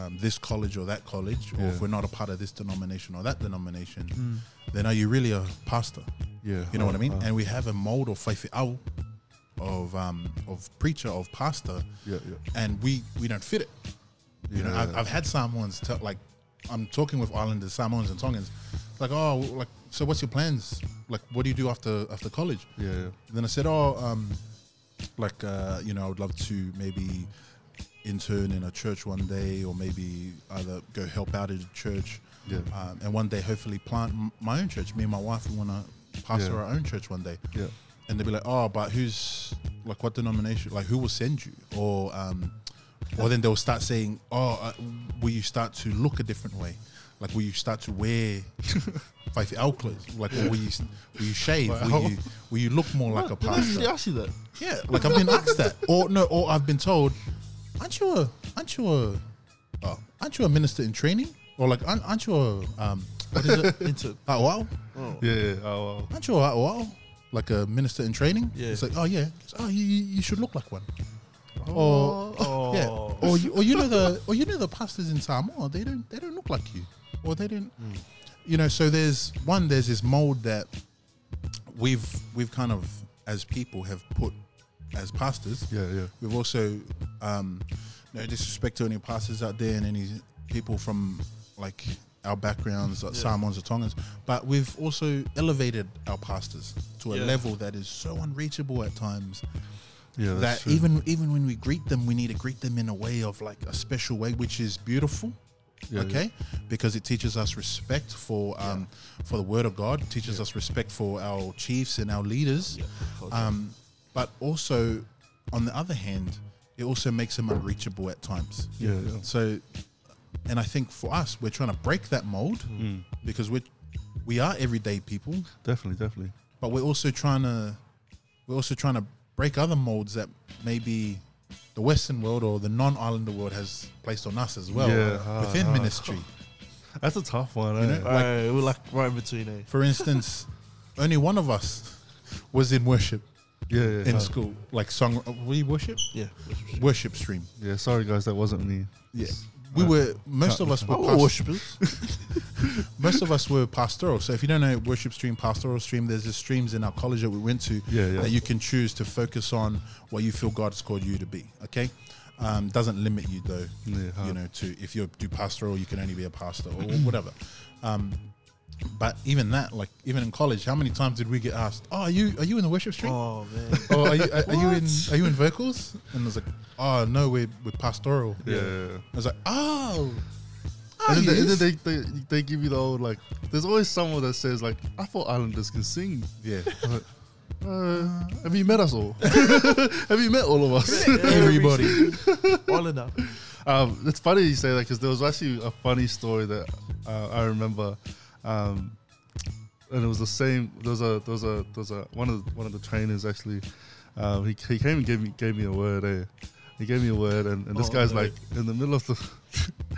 S2: um, this college or that college, or
S1: Yeah. Mm.
S2: if we're not a part of this denomination or that denomination, then are you really a pastor?
S1: yeah.
S2: You know what I mean?
S1: Uh,
S2: And we have a mold of faith owl of um, of preacher of pastor,
S1: yeah, yeah.
S2: and we we don't fit it. You know,
S1: Yeah.
S2: I've, I've had Samoans tell like I'm talking with Islanders, Samoans, and Tongans, like oh, like so, what's your plans? Like, what do you do after after college?
S1: yeah, yeah,
S2: Then I said, oh, um, like uh, you know, I would love to maybe intern in a church one day, or maybe either go help out at a church,
S1: Yeah.
S2: um, and one day hopefully plant m- my own church. Me and my wife we want to pastor
S1: Yeah.
S2: our own church one day
S1: yeah.
S2: and they'd be like, "Oh, but who's like what denomination? Like who will send you?" Or um, or then they'll start saying, "Oh, uh, will you start to look a different way? Like will you start to
S4: (laughs)
S2: wear five L clothes? Like or will you will you shave? Will you will you look more like a pastor?
S4: Did I see that?
S2: Yeah, like I've been asked that, or no, or I've been told, aren't you a, aren't you a, oh, aren't you a minister in training, or like aren't, aren't you a, um, what is it?
S4: (laughs) Into
S2: Oh wow,
S1: Yeah, yeah. Oh, wow.
S2: aren't you a, wow, like a minister in training?
S4: Yeah.
S2: It's like, oh yeah, It's, oh you, you you should look like one.
S4: Oh.
S2: Or yeah, or you, or you know the or you know the pastors in Samoa, they don't they don't look like you, or they don't,
S4: Hmm.
S2: you know. So there's one there's this mold that we've we've kind of as people have put as pastors.
S1: yeah, yeah,
S2: We've also, um, no disrespect to any pastors out there and any people from like our backgrounds, like Samoans or Tongans, but we've also elevated our pastors to a
S4: Yeah.
S2: level that is so unreachable at times
S1: yeah. That's
S2: that
S1: true.
S2: even even when we greet them, we need to greet them in a way of like a special way, which is beautiful.
S1: Yeah,
S2: okay, because it teaches us respect for um, for the Word of God, teaches us respect for our chiefs and our leaders. Um, but also, on the other hand, it also makes them unreachable at times.
S1: Yeah, yeah.
S2: So, and I think for us, we're trying to break that mold
S1: Mm.
S2: because we we are everyday people,
S1: definitely, definitely.
S2: but we're also trying to we're also trying to break other molds that maybe the Western world or the non-islander world has placed on us as well
S1: Yeah, ah,
S2: within
S1: ah.
S2: ministry.
S1: That's a tough one. eh?
S2: know?
S4: All right, we're like right in between. Eh?
S2: For instance, only one of us was in worship
S1: Yeah, yeah.
S2: in
S1: uh,
S2: school, like song. We worship
S4: Yeah.
S2: worship stream.
S1: Yeah, sorry guys, that wasn't me. (laughs)
S2: Yeah. We
S1: Uh,
S2: were most of us were
S4: Oh,
S2: past-
S4: worshippers.
S2: (laughs) most of us were pastoral. So if you don't know worship stream, pastoral stream, there's the streams in our college that we went to
S1: Yeah, yeah.
S2: that you can choose to focus on what you feel God's called you to be. Okay, um, doesn't limit you though.
S1: Yeah, huh.
S2: You know, to if you do pastoral, you can only be a pastor or (clears throat) whatever. Um, but even that, like even in college, how many times did we get asked, "Oh, are you are you in the worship stream?"
S4: oh
S1: (laughs)
S4: man.
S2: Or are you,
S1: uh,
S2: are, are you in are you in vocals? And I was like, oh no, we're, we're pastoral.
S1: Yeah. yeah, yeah.
S2: I was like, oh, oh
S1: And then, they,
S2: yes."
S1: and then they, they they give you the old like. There's always someone that says like, "I thought Islanders can sing." (laughs)
S2: yeah.
S1: I'm like, uh, have you met us all? (laughs) have you met all of
S2: (laughs)
S1: us?
S2: Everybody.
S4: All enough.
S1: um, it's funny you say that because there was actually a funny story that uh, I remember, um, and it was the same. There was a there was a there was a one of the, one of the trainers actually. Um, he, he came and gave me gave me a word. Eh? He gave me a word, and, and this
S4: Oh,
S1: guy's
S4: no.
S1: like in the middle of the.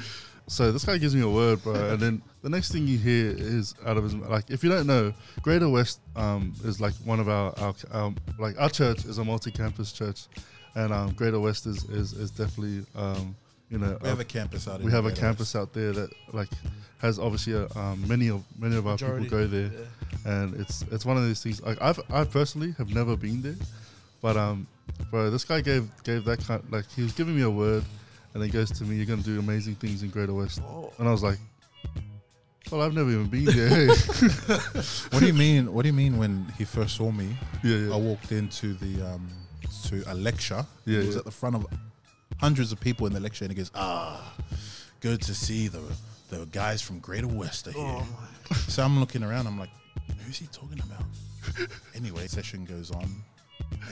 S1: (laughs) so this guy gives me a word, bro, and then the next thing you hear is out of his like. If you don't know, Greater West um, is like one of our, our um, like our church is a multi-campus church, and um, Greater West is is, is definitely um, you know
S2: We have a campus out.
S1: we have a campus out there that like has obviously a, um, many of many of our
S4: Majority,
S1: people go there, and it's it's one of these things. Like I've I personally have never been there, but um, bro, this guy gave gave that kind like he was giving me a word, And he goes to me, "You're gonna do amazing things in Greater West."
S4: Oh,
S1: And I was like, "Well, I've never even been
S4: (laughs)
S1: there." (laughs)
S2: What do you mean? What do you mean when he first saw me?
S1: yeah, yeah,
S2: I walked into the um, to a lecture.
S1: Yeah,
S2: it was
S1: yeah.
S2: at the front of hundreds of people in the lecture, and he goes, "Ah, good to see the the guys from Greater West are here." (laughs) So I'm looking around. I'm like, "Who's he talking about?" (laughs) anyway, session goes on,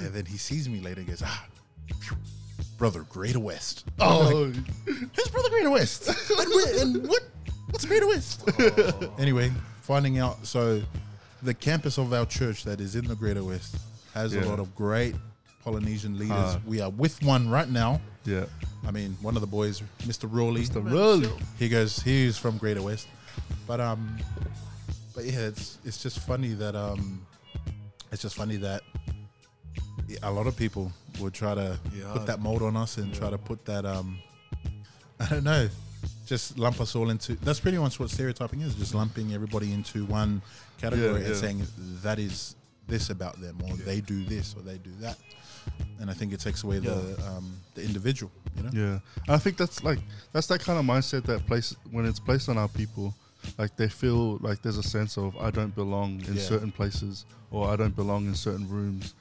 S2: and then he sees me later. and Goes, "Ah, phew, brother, Greater West."
S1: Oh,
S2: Who's Brother Greater West? (laughs) and, where, and what? What's Greater West? (laughs) Oh. anyway, finding out. So, the campus of our church that is in the Greater West has
S1: Yeah.
S2: a lot of great Polynesian leaders.
S1: Ah.
S2: we are with one right now.
S1: yeah.
S2: I mean, one of the boys, Mr. Rawley.
S1: The really?
S2: He goes, he's from Greater West, but um, but yeah, it's it's just funny that um, it's just funny that a lot of people would try to
S5: Yeah.
S2: put that mold on us and try to put that um, (laughs) I don't know, just lump us all into. That's pretty much what stereotyping is, just lumping everybody into one category
S1: Yeah,
S2: and
S1: yeah.
S2: saying that is this about them or they do this or they do that, and I think it takes away the um, the individual, you know.
S1: Yeah, I think that's like that's that kind of mindset that place when it's placed on our people, like they feel like there's a sense of I don't belong in
S2: Yeah.
S1: certain places or I don't belong in certain rooms,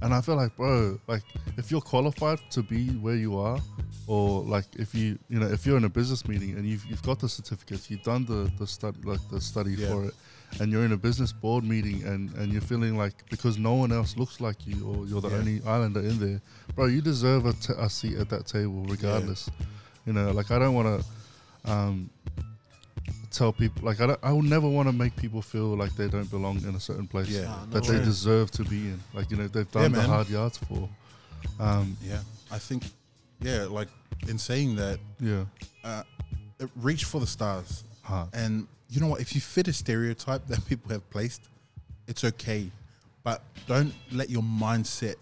S1: and I feel like bro, like if you're qualified to be where you are, or like if you you know if you're in a business meeting and you've, you've got the certificates, you've done the the study like the study
S2: Yeah.
S1: for it, and you're in a business board meeting and and you're feeling like because no one else looks like you or you're the
S2: Yeah.
S1: only islander in there bro, you deserve a, t- a seat at that table regardless. You know, like I don't want to um, tell people, like I, don't, I will never want to make people feel like they don't belong in a certain place
S2: Yeah.
S4: Nah, no
S1: that
S4: way.
S1: they deserve to be in. Like you know, they've
S2: Yeah,
S1: done the
S2: man.
S1: hard yards for. Um,
S2: Yeah, I think, yeah, like in saying that,
S1: yeah,
S2: uh, uh, reach for the stars.
S1: hard.
S2: And you know what? If you fit a stereotype (laughs) that people have placed, it's okay. But don't let your mindset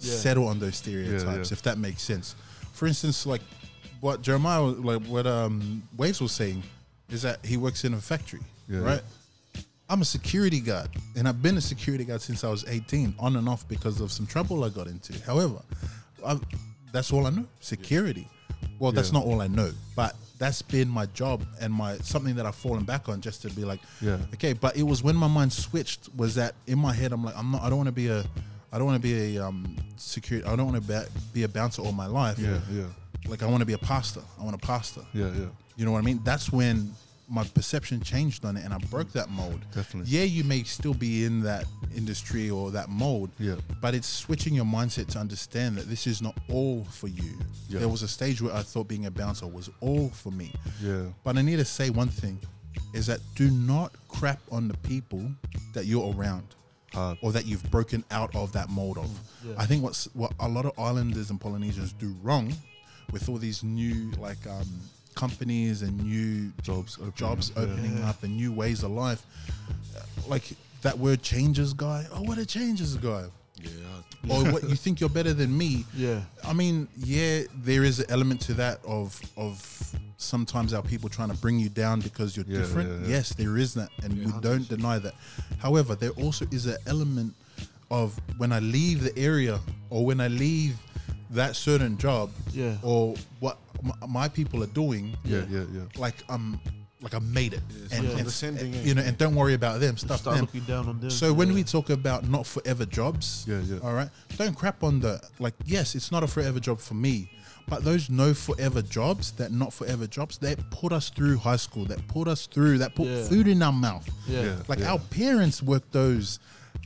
S4: Yeah.
S2: settle on those stereotypes,
S1: yeah.
S2: if that makes sense. For instance, like what Jeremiah, was- like what um, Waves was saying, is that he works in a factory,
S1: Yeah,
S2: right? I'm a security guard, and I've been a security guard since I was 18, on and off because of some trouble I got into. However, i that's all I know security. Well, that's
S1: Yeah.
S2: not all I know, but that's been my job and my something that I've fallen back on just to be like,
S1: Yeah.
S2: okay. But it was when my mind switched was that in my head I'm like, I'm not, I don't want to be a, I don't want to be a um, security, I don't want to be, be a bouncer all my life.
S1: yeah, yeah,
S2: Like I want to be a pastor. I want a pastor.
S1: yeah, yeah,
S2: You know what I mean? That's when my perception changed on it and I broke that mold.
S1: Definitely.
S2: Yeah, you may still be in that industry or that mold.
S1: Yeah.
S2: But it's switching your mindset to understand that this is not all for you.
S1: Yeah.
S2: There was a stage where I thought being a bouncer was all for me.
S1: yeah,
S2: But I need to say one thing is that do not crap on the people that you're around
S1: hard.
S2: or that you've broken out of that mold of. I think what's what a lot of islanders and Polynesians do wrong with all these new like um, companies and new
S1: Jobs opening
S2: jobs
S1: up, yeah.
S2: opening up and new ways of life. Uh, Like that word changes guy. Oh, what a changes guy.
S5: Yeah.
S2: Or what you think you're better than me.
S4: Yeah.
S2: I mean, yeah, there is an element to that of of sometimes our people trying to bring you down because you're
S1: Yeah,
S2: different.
S1: yeah, yeah.
S2: Yes, there is that, and we don't deny that. However, there also is an element of when I leave the area or when I leave that certain job,
S4: Yeah.
S2: or what m- my people are doing,
S1: Yeah, yeah, yeah.
S2: like um, like I made it, and,
S5: yeah.
S2: and-
S5: Condescending, eh?
S2: you know, and don't worry about them, stuff
S4: Start
S2: them.
S4: looking down on them.
S2: So when
S4: yeah.
S2: we talk about not forever jobs,
S1: Yeah, yeah.
S2: all right, don't crap on the like. Yes, it's not a forever job for me, but those no forever jobs, that not forever jobs, that put us through high school, that put us through, that put
S4: Yeah.
S2: food in our mouth.
S4: Yeah.
S1: Yeah.
S2: Like our parents worked those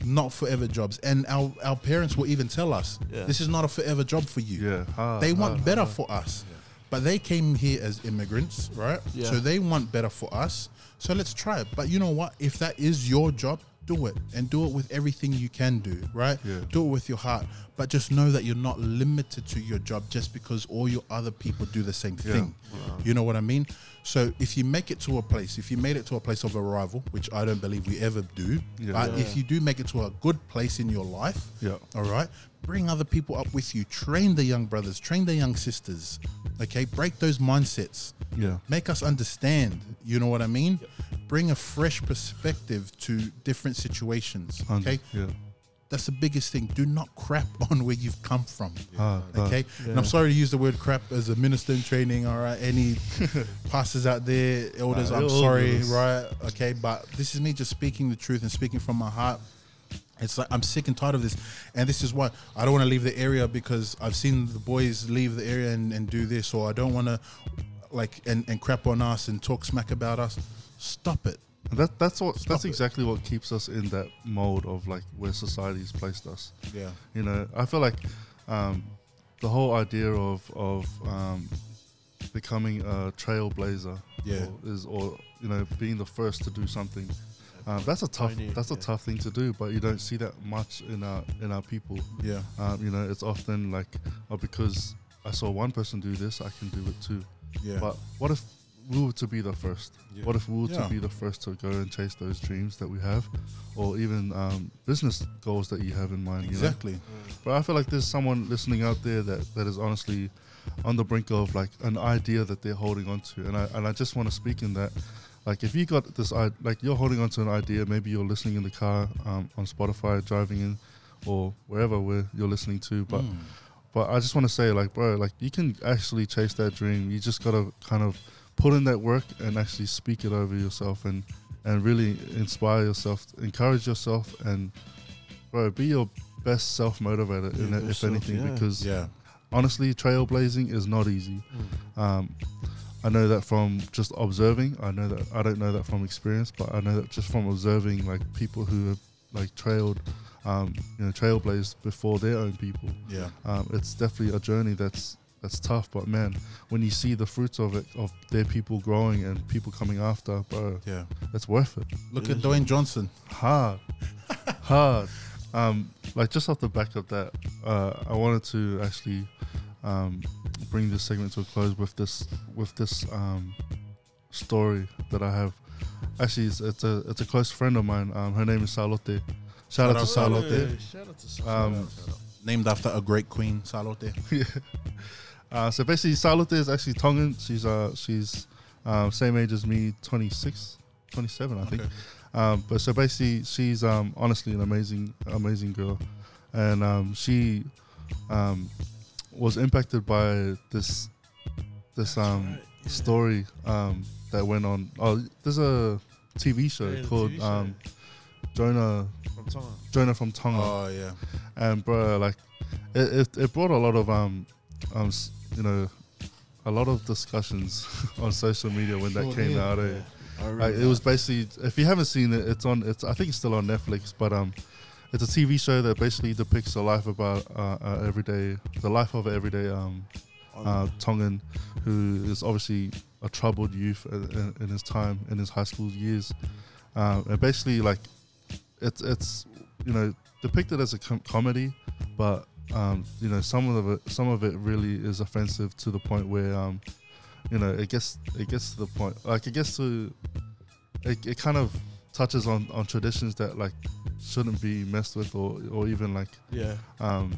S2: not forever jobs, and our our parents will even tell us,
S4: Yeah.
S2: "This is not a forever job for you."
S1: Yeah, hard,
S2: they
S1: hard.
S2: want better for us. But they came here as immigrants, right?
S4: Yeah.
S2: So they want better for us. So let's try it. But you know what? If that is your job, do it and do it with everything you can do, right?
S1: Yeah.
S2: Do it with your heart. But just know that you're not limited to your job just because all your other people do the same thing. You know what I mean? So if you make it to a place, if you made it to a place of arrival, which I don't believe we ever do,
S1: Yeah.
S2: but
S4: Yeah.
S2: if you do make it to a good place in your life,
S1: Yeah.
S2: all right. Bring other people up with you. Train the young brothers. Train the young sisters. Okay. Break those mindsets.
S1: Yeah.
S2: Make us understand. You know what I mean? Bring a fresh perspective to different situations.
S1: Hundred,
S2: Okay.
S1: Yeah.
S2: That's the biggest thing. Do not crap (laughs) on where you've come from.
S1: Ah, God.
S2: Okay, and I'm sorry to use the word crap as a minister in training. All right,
S1: (laughs)
S2: any pastors out there, elders,
S1: Nah,
S2: I'm
S1: we're all
S2: sorry.
S1: elders.
S2: Right, okay, but this is me just speaking the truth and speaking from my heart. It's like I'm sick and tired of this, and this is why I don't want to leave the area because I've seen the boys leave the area and, and do this, or I don't want to like and, and crap on us and talk smack about us. Stop it.
S1: And that that's what that's
S2: it.
S1: exactly what keeps us in that mold of like where society's placed us.
S2: Yeah,
S1: You know, I feel like um, the whole idea of of um, becoming a trailblazer,
S2: Yeah.
S1: or, is or you know being the first to do something. Um, that's a tough
S4: Pioneer,
S1: that's a
S4: yeah.
S1: tough thing to do, but you don't see that much in our in our people.
S2: yeah,
S1: Um, you know, it's often like, oh, because I saw one person do this, I can do it too.
S2: yeah.
S1: But what if we were to be the first?
S5: Yeah.
S1: What if we were
S2: Yeah.
S1: to be the first to go and chase those dreams that we have, or even um, business goals that you have in mind? you know?
S2: exactly.
S1: But I feel like there's someone listening out there that, that is honestly on the brink of like an idea that they're holding on to. And I, and I just want to speak in that. Like, if you got this, i- like, you're holding on to an idea, maybe you're listening in the car um, on Spotify, driving in, or wherever where you're listening to. But,
S2: Mm.
S1: but I just want to say, like, bro, like, you can actually chase that dream. You just got to kind of put in that work and actually speak it over yourself and, and really inspire yourself, encourage yourself, and, bro, be your best self motivator,
S4: Your
S1: in it,
S4: best
S1: if
S4: self,
S1: anything,
S4: yeah.
S1: because
S2: yeah,
S1: honestly, trailblazing is not easy.
S4: Mm.
S1: Um, I know that from just observing. I know that I don't know that from experience, but I know that just from observing, like people who have like trailed, um, you know, trailblazed before their own people.
S2: yeah,
S1: Um, it's definitely a journey that's that's tough, but man, when you see the fruits of it, of their people growing and people coming after, bro,
S2: yeah.
S1: it's worth it.
S2: Look at Dwayne Johnson.
S1: hard, hard. Um, like just off the back of that, uh, I wanted to actually um, bring this segment to a close with this with this um, story that I have. Actually, it's, it's a it's a close friend of mine. Um, her name is Salote. Shout out to Salote.
S4: Shout out to Salote.
S1: Um,
S2: named after a great queen, Salote.
S1: yeah. Uh, so basically, Salote is actually Tongan. She's uh, she's um, same age as me, 26, 27, I think.
S2: Okay.
S1: Um, but so basically, she's um, honestly an amazing, amazing girl, and um, she um, was impacted by this this um, story um, that went on. Oh, there's a TV show called Um, Jonah
S4: From Tonga.
S1: Jonah from Tonga
S2: Oh yeah,
S1: and bro, like it, it, it brought a lot of um, um, s- you know, a lot of discussions (laughs) on social media when that
S4: Sure
S1: came
S4: did.
S1: out. eh?
S4: I
S1: Like, it was basically, if you haven't seen it, it's on. It's I think it's still on Netflix, but um, it's a TV show that basically depicts the life about uh, uh, everyday, the life of an everyday um, uh, Tongan, who is obviously a troubled youth in, in, in his time in his high school years, um, and basically like it's it's you know depicted as a com- comedy, but um, you know some of it some of it really is offensive to the point where um, you know it gets it gets to the point like it gets to it, it kind of touches on on traditions that like shouldn't be messed with or or even like
S4: yeah.
S1: um,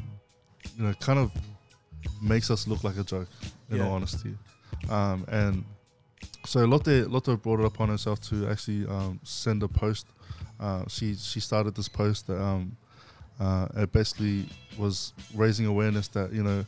S1: you know, kind of makes us look like a joke, in
S4: Yeah.
S1: all honesty. Um, and so Lotte, Lotte brought it upon herself to actually um, send a post. Uh, she she started this post that um, uh, it basically was raising awareness that you know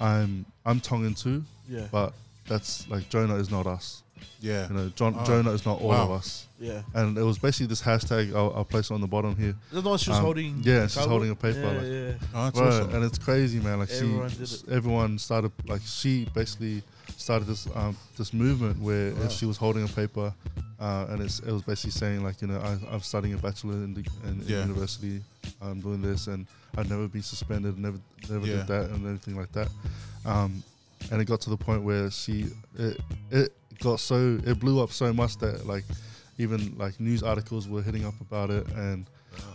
S1: I'm I'm Tongan too,
S4: Yeah.
S1: but that's like Jonah is not us.
S2: yeah,
S1: You know, John,
S2: Oh.
S1: Jonah is not all of
S2: Wow.
S1: us.
S4: Yeah.
S1: And it was basically this hashtag. I'll, I'll place it on the bottom here.
S4: Is that the one she was
S1: Um,
S4: holding?
S1: yeah,
S4: the
S1: she's
S4: cardboard?
S1: holding a paper,
S4: Yeah,
S1: like-
S4: yeah.
S2: Oh, that's
S1: Bro,
S2: awesome.
S1: and it's crazy, man. Like
S4: Everyone
S1: she,
S4: did
S1: s- everyone started like she basically started this um, this movement where
S2: Wow.
S1: if she was holding a paper, uh, and it's, it was basically saying like you know I, I'm studying a bachelor in the in, in
S2: Yeah.
S1: university, I'm doing this, and I've never been suspended, never never
S2: Yeah.
S1: did that, and everything like that. Um, and it got to the point where she it, it got so it blew up so much that like even like news articles were hitting up about it and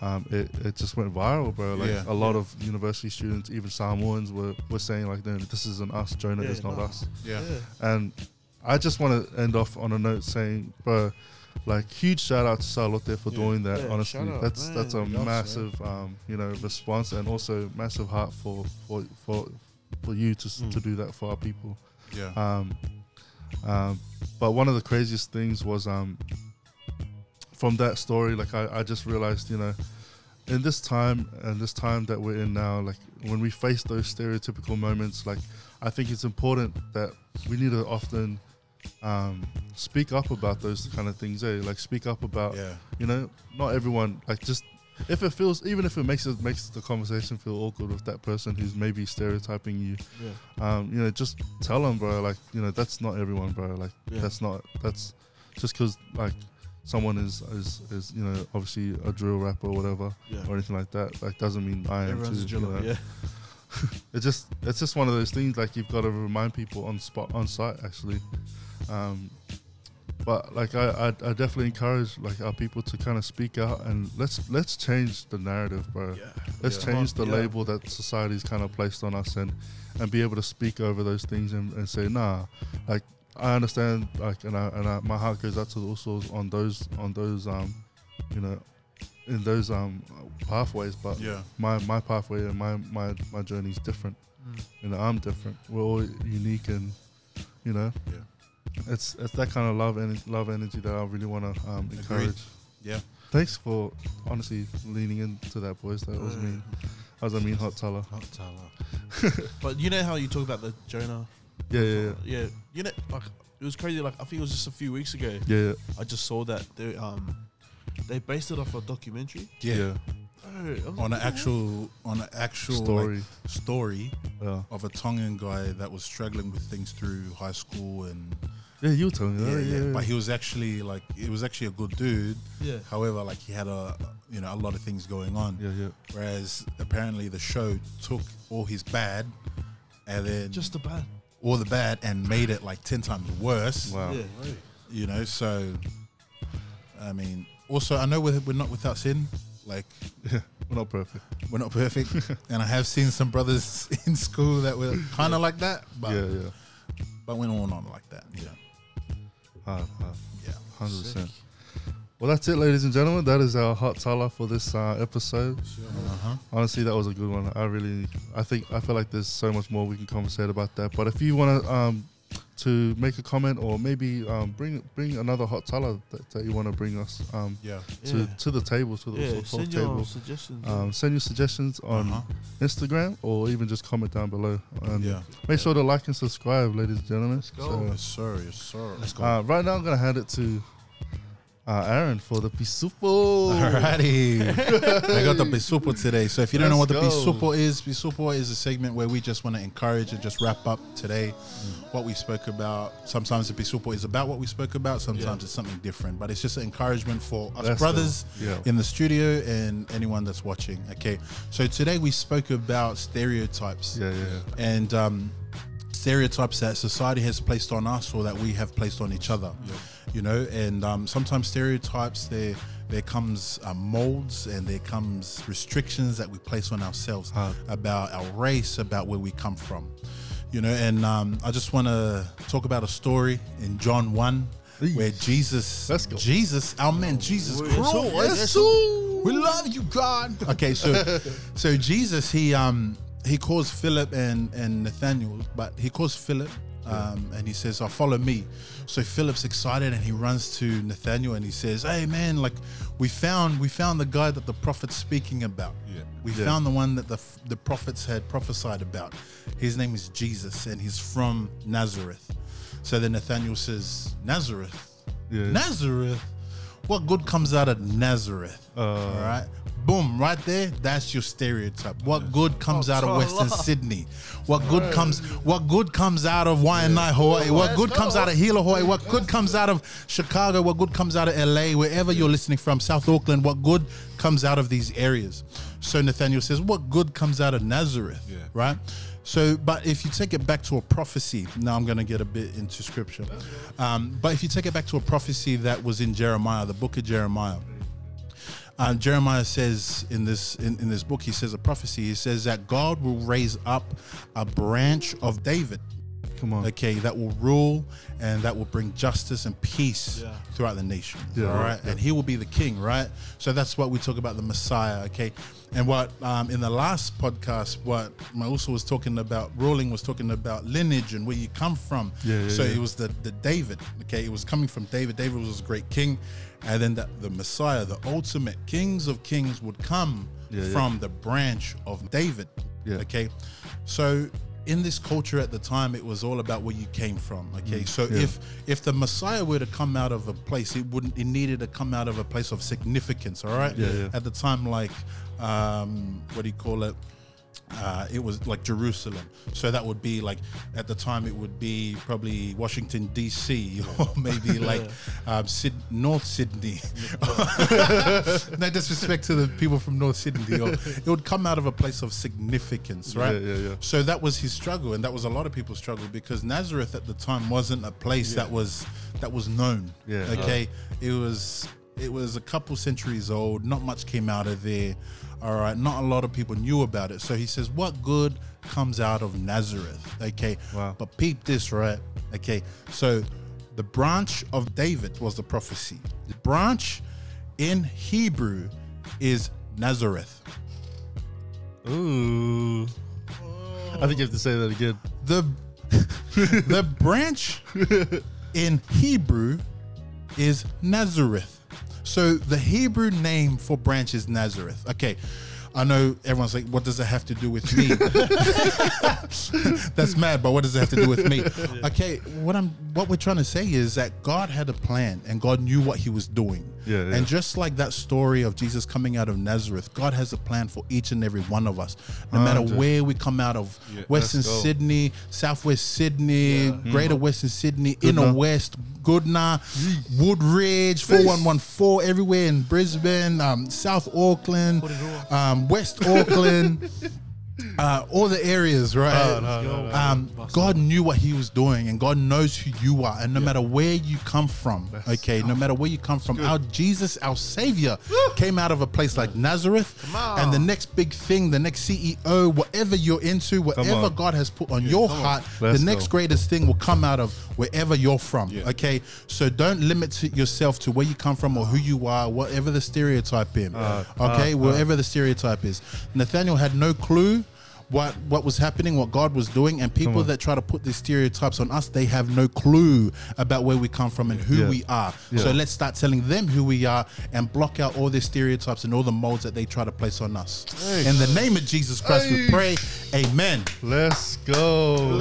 S1: um, it, it just went viral, bro. Like
S2: Yeah.
S1: a lot of university students, even Samoans, were, were saying like, no, this isn't us. Jonah
S4: Yeah,
S1: is not
S4: no.
S1: us.
S2: yeah,
S4: yeah.
S1: And I just want to end off on a note saying, bro, like huge shout out to Salote for
S5: Yeah.
S1: doing that.
S4: Yeah,
S1: honestly,
S4: shout out,
S1: that's
S4: man.
S1: that's a
S4: Yes,
S2: man.
S1: massive, um, you know, response and also massive heart for for for, for you to s
S5: Mm.
S4: Hmm.
S1: to do that for our people.
S2: yeah.
S1: Um, um, but one of the craziest things was um, from that story, like I, I just realized, you know, in this time and this time that we're in now, like when we face those stereotypical moments, like I think it's important that we need to often um, speak up about those kind of things. Eh? Like speak up about
S2: Yeah.
S1: you know, not everyone like just if it feels even if it makes it makes the conversation feel awkward with that person who's maybe stereotyping you,
S4: Yeah.
S1: um, you know, just tell them, bro. Like you know, that's not everyone, bro. Like
S4: Yeah.
S1: that's not that's just because like someone is is is you know obviously a drill rapper or whatever
S4: Yeah.
S1: or anything like that. Like doesn't mean I am.
S4: Everyone's
S1: too,
S4: a
S1: you
S4: driller.
S1: know.
S4: Yeah.
S1: (laughs) It's just it's just one of those things like you've got to remind people on spot on site actually. Um, but like I, I I definitely encourage like our people to kind of speak out and let's let's change the narrative, bro. Let's
S2: Yeah.
S1: change the
S4: Yeah.
S1: label that society's kind of placed on us and and be able to speak over those things and, and say nah, like I understand like and I, and I, my heart goes out to the Usos on those on those um you know in those um pathways, but
S2: Yeah.
S1: my my pathway and my my my journey is different.
S2: Mm.
S1: You know, I'm different. We're all unique, and you know,
S2: Yeah.
S1: it's it's that kind of love and love energy that I really want to um, encourage.
S2: Yeah.
S1: Thanks for honestly leaning into that, boys. That was mean. That was a mean hot teller.
S4: But you know how you talk about the Jonah?
S1: Yeah, yeah,
S4: Yeah. You know, like it was crazy. Like I think it was just a few weeks ago.
S1: yeah, yeah,
S4: I just saw that they um they based it off a documentary.
S2: Yeah.
S4: Oh, I was
S2: On an
S4: like,
S2: actual on an actual like,
S1: Story.
S2: story
S1: yeah.
S2: of a Tongan guy that was struggling with things through high school and
S1: Yeah, you were telling me that. Oh, Yeah, yeah, yeah.
S2: But he was actually like it was actually a good dude.
S4: Yeah.
S2: However, like he had a you know a lot of things going on.
S1: yeah, yeah.
S2: Whereas apparently the show took all his bad and then
S4: Just about.
S2: all the bad and made it like ten times worse.
S1: Wow.
S4: Yeah.
S2: You know, so I mean, also I know we're we're not without sin. Like
S1: (laughs) We're not perfect.
S2: we're not perfect, (laughs) and I have seen some brothers (laughs) in school that were kind of like that, but
S1: yeah, yeah.
S2: but we're all not like that. You know.
S1: Hard, hard.
S2: Yeah.
S1: Hundred percent. Well, that's it, ladies and gentlemen. That is our hot tala for this uh, episode.
S2: Uh huh.
S1: Honestly, that was a good one. I really, I think, I feel like there's so much more we can conversate about that. But if you want to, um, to make a comment or maybe um, bring bring another hot tala that, that you want to bring us um,
S2: Yeah.
S1: to
S4: Yeah.
S1: to the table, to the
S4: Yeah,
S1: Usul talk
S4: send your
S1: table.
S4: suggestions.
S1: Um, send your suggestions on
S2: Uh-huh.
S1: Instagram or even just comment down below. And
S2: Um, Yeah. Oh,
S1: make sure to like and subscribe, ladies and gentlemen.
S4: go.
S2: Yes, sir. Yes, sir. Let's
S1: So, uh, right now, I'm gonna hand it to uh, Aaron for the
S4: (laughs)
S1: pisupo. (laughs)
S2: Alrighty. I got the bisupo today. So if you don't know what
S1: Let's
S2: the
S1: go.
S2: bisupo is, bisupo is a segment where we just want to encourage and just wrap up today what we spoke about. Sometimes the bisupo is about what we spoke about, sometimes it's something different. But it's just an encouragement for us
S1: Let's go.
S2: brothers
S1: Yeah.
S2: in the studio and anyone that's watching. Okay. So today we spoke about stereotypes
S1: Yeah, yeah,
S2: and um, stereotypes that society has placed on us or that we have placed on each other. You know, and um, sometimes stereotypes there there comes uh, molds and there comes restrictions that we place on ourselves about our race, about where we come from. You know, and um, I just want to talk about a story in John one. Where Jesus,
S1: Let's go.
S2: Jesus, our man Jesus
S4: Word.
S2: Christ,
S4: Yes,
S2: we love you, God. Okay, so so Jesus he um he calls Philip and and Nathaniel, but he calls Philip um and he says, "Oh, follow me." So Philip's excited and he runs to Nathaniel and he says, "Hey, man, like we found we found the guy that the prophet's speaking about.
S5: Yeah.
S2: We found the one that the the prophets had prophesied about. His name is Jesus and he's from Nazareth." So then Nathaniel says, "Nazareth."
S1: yeah.
S2: Nazareth. What good comes out of Nazareth? All right. Boom, right there. That's your stereotype. What good comes out of Western Sydney? What good comes? What good comes out of Waianae, Hawaii? What good comes out of Hilo, Hawaii? What good comes out of Chicago? What good comes out of LA? Wherever you're listening from, South Auckland. What good comes out of these areas? So Nathaniel says, "What good comes out of Nazareth?"
S5: Yeah.
S2: Right. So, but if you take it back to a prophecy, now I'm going to get a bit into scripture. Um, but if you take it back to a prophecy that was in Jeremiah, the book of Jeremiah, um, Jeremiah says in this in, in this book, he says a prophecy. He says that God will raise up a branch of David.
S1: Come on.
S2: okay, that will rule and that will bring justice and peace
S4: Yeah.
S2: throughout the nation.
S1: Yeah.
S2: All right. And he will be the king, right? So that's what we talk about the Messiah, okay? And what um, in the last podcast, what Mausa was talking about, ruling was talking about lineage and where you come from.
S1: Yeah, yeah,
S2: so
S1: yeah.
S2: it was the, the David, okay? It was coming from David. David was a great king. And then the, the Messiah, the ultimate kings of kings would come
S1: Yeah, yeah.
S2: from the branch of David.
S1: Yeah.
S2: Okay. So in this culture at the time, it was all about where you came from. Okay.
S1: Mm,
S2: So if if the Messiah were to come out of a place, it wouldn't. It needed to come out of a place of significance. All right.
S1: Yeah, yeah.
S2: At the time, like, um, what do you call it? Uh, it was like Jerusalem, so that would be like at the time it would be probably Washington D.C. (laughs) or
S1: (laughs)
S2: maybe like um, Syd- North Sydney. (laughs) no disrespect to the people from North Sydney, or it would come out of a place of significance, right?
S1: Yeah, yeah, yeah.
S2: So that was his struggle, and that was a lot of people's struggle because Nazareth at the time wasn't a place that was that was known.
S1: Yeah.
S2: Okay. It was it was a couple centuries old. Not much came out of there. All right. Not a lot of people knew about it. So he says, "What good comes out of Nazareth?" Okay.
S1: Wow.
S2: But peep this, right? Okay. So the branch of David was the prophecy. The branch in Hebrew is Nazareth.
S1: Ooh. I think you have to say that again.
S2: the the branch in Hebrew is Nazareth. So the Hebrew name for branch is Nazareth. Okay. I know everyone's like, what does it have to do with me? (laughs) That's mad, but what does it have to do with me? Okay, what I'm what we're trying to say is that God had a plan and God knew what he was doing.
S1: Yeah, yeah.
S2: And just like that story of Jesus coming out of Nazareth, God has a plan for each and every one of us. No matter where we come out of Western
S1: let's go.
S2: Sydney, Southwest Sydney, Greater Western Sydney, Inner West, Goodna, Woodridge, 4114, everywhere in Brisbane, um, South Auckland, um, West Auckland, uh, all the areas, right? um, God knew what He was doing, and God knows who you are, and no matter where you come from, okay, no matter where you come from, our Jesus, our Savior, came out of a place like Nazareth, and the next big thing, the next CEO, whatever you're into, whatever
S1: on.
S2: God has put on your heart,
S1: Let's
S2: the next
S1: go.
S2: greatest thing will come out of wherever you're from. Okay, so don't limit to yourself to where you come from or who you are, whatever the stereotype is.
S1: Uh,
S2: okay, wherever the stereotype is. Nathaniel had no clue. What, what was happening, what God was doing, and people that try to put these stereotypes on us, they have no clue about where we come from and who
S1: Yeah.
S2: we are. So let's start telling them who we are and block out all their stereotypes and all the molds that they try to place on us. In the name of Jesus Christ, we pray. Amen.
S1: Let's go.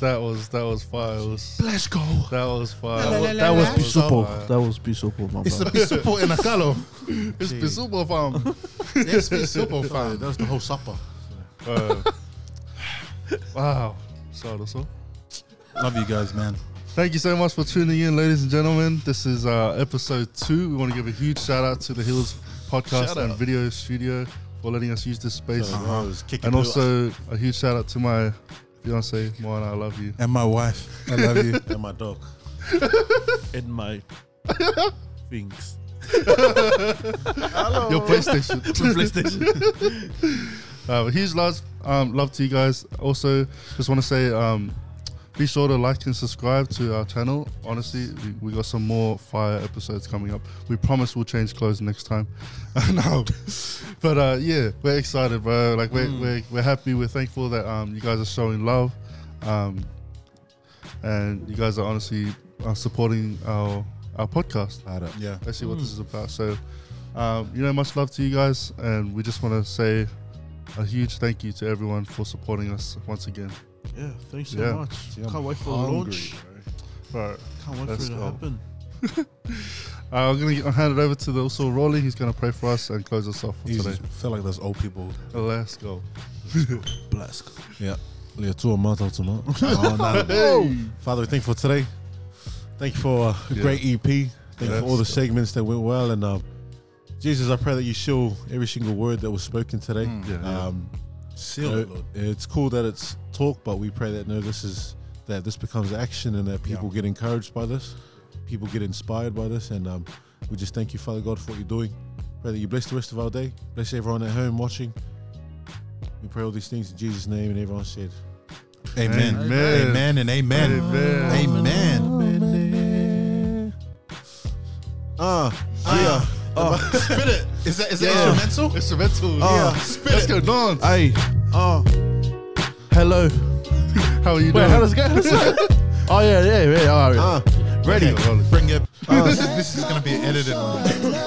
S1: That was that was fire. It was-
S2: Let's go.
S1: that was fire.
S2: La, la, la,
S1: that was
S2: la.
S1: Bisupo.
S4: That was Bisopo, my
S2: It's a
S4: brother.
S2: bit simple in a color.
S1: It's Bisupo fam.
S2: It's (laughs) be simple,
S5: Sorry,
S2: fam.
S5: that was the whole supper.
S1: Uh, (laughs) wow. So that's all.
S2: Love you guys, man.
S1: Thank you so much for tuning in, ladies and gentlemen. This is uh, episode two. We want to give a huge shout out to the Hills Podcast and Video Studio for letting us use this space.
S2: Uh-huh.
S5: I was kicking
S1: And
S5: butt.
S1: also a huge shout out to my fiance, Moana. I love you.
S2: And my wife, I love you.
S5: and my dog.
S4: And my things.
S2: Oh.
S1: Your
S2: (laughs)
S1: PlayStation. Uh, but huge love, um, love to you guys. Also, just want to say, um, be sure to like and subscribe to our channel. Honestly, we, we got some more fire episodes coming up. We promise we'll change clothes next time. (laughs) no, (laughs) but uh, yeah, we're excited, bro. Like we're, we're, we're happy. We're thankful that um, you guys are showing love, um, and you guys are honestly uh, supporting our our podcast.
S2: Yeah.
S1: Let's see what this is about. So, um, you know, much love to you guys, and we just want to say a huge thank you to everyone for supporting us once again.
S4: (laughs) Yeah, thanks so
S1: Yeah.
S4: much. Can't wait for the launch.
S1: All right,
S4: Can't wait
S1: Let's
S4: for it to
S1: go.
S4: happen.
S1: uh, I'm gonna hand it over to the also Rolly. He's gonna pray for us and close us off for
S2: You
S1: today.
S2: just feel like those old people.
S1: Let's go.
S4: Bless.
S5: Yeah. Yeah, two a month, two a month. Father, we thank you for today. Thank you for uh, a
S1: Yeah.
S5: great EP. Thank you
S1: Yes.
S5: for all the segments that went well. And um, Jesus, I pray that you seal every single word that was spoken today.
S1: Mm. Yeah, yeah.
S5: Um,
S2: Seal
S5: you
S2: it,
S5: know,
S2: Lord.
S5: It's cool that it's talk, but we pray that no, this is that this becomes action and that people get encouraged by this, people get inspired by this, and um, we just thank you, Father God, for what you're doing. Pray that you bless the rest of our day, bless everyone at home watching. We pray all these things in Jesus' name, and everyone said,
S2: Amen.
S1: Amen.
S2: Amen and amen.
S1: Amen.
S2: Amen.
S5: Ah,
S2: Spit it. Is that is
S1: Yeah.
S2: that
S1: Oh.
S2: instrumental?
S1: Instrumental.
S2: Ah,
S1: yeah.
S2: spit
S1: Let's
S2: it.
S1: go, Don.
S4: Hey, oh, hello.
S1: How are you
S4: Wait,
S1: doing?
S4: how does it go? How does it go? (laughs) oh yeah, yeah, yeah. All right.
S5: ah.
S1: Ready.
S2: Bring it. Oh, this, is, this is gonna be edited. One.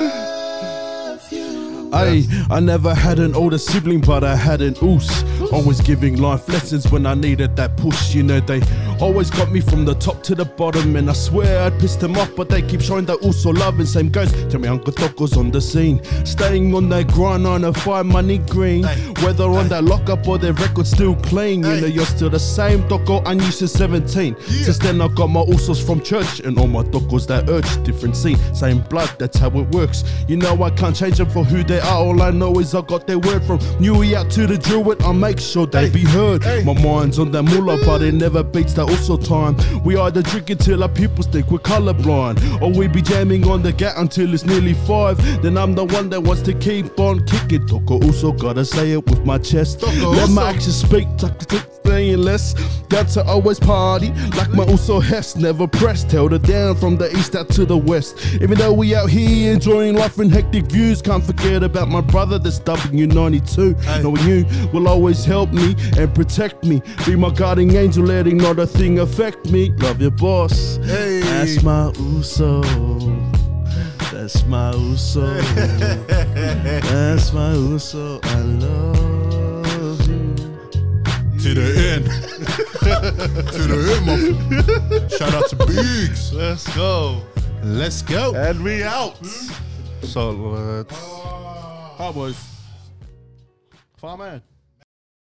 S4: Ay, I never had an older sibling, but I had an oos. Always giving life lessons when I needed that push. You know, they always got me from the top to the bottom. And I swear I'd pissed them off, but they keep showing that also love. And same goes to me, Uncle Toko's on the scene. Staying on that grind, on a five money green. Whether on that lockup or their record still clean. You know, you're still the same Toko I knew since 17. Since then, I got my usos from church. And all my Tokos that urge, different scene, same blood, that's how it works. You know, I can't change them for who they are. All I know is I got their word from Newey out to the Druid. I make sure they be heard. My mind's on that mullah, but it never beats that also time. We either drink until our pupils think we're colorblind, or we be jamming on the gate until it's nearly five. Then I'm the one that wants to keep on kicking. Toko also gotta say it with my chest. Let my actions speak. tuck, tuck, Saying less, got to always party like my also Hess, never pressed. Held it down from the east out to the west. Even though we out here enjoying life and hectic views, can't forget about my brother that's W92. Knowing you will always help me and protect me. Be my guarding angel, letting not a thing affect me. Love your boss.
S2: Hey.
S4: That's my Uso. That's my Uso. That's my Uso. I love you.
S2: to the end. to the end, my f- Shout out to
S1: (laughs)
S2: Biggs.
S1: Let's go.
S2: Let's go.
S1: And we out. So let's.
S4: Cowboys. Farm man.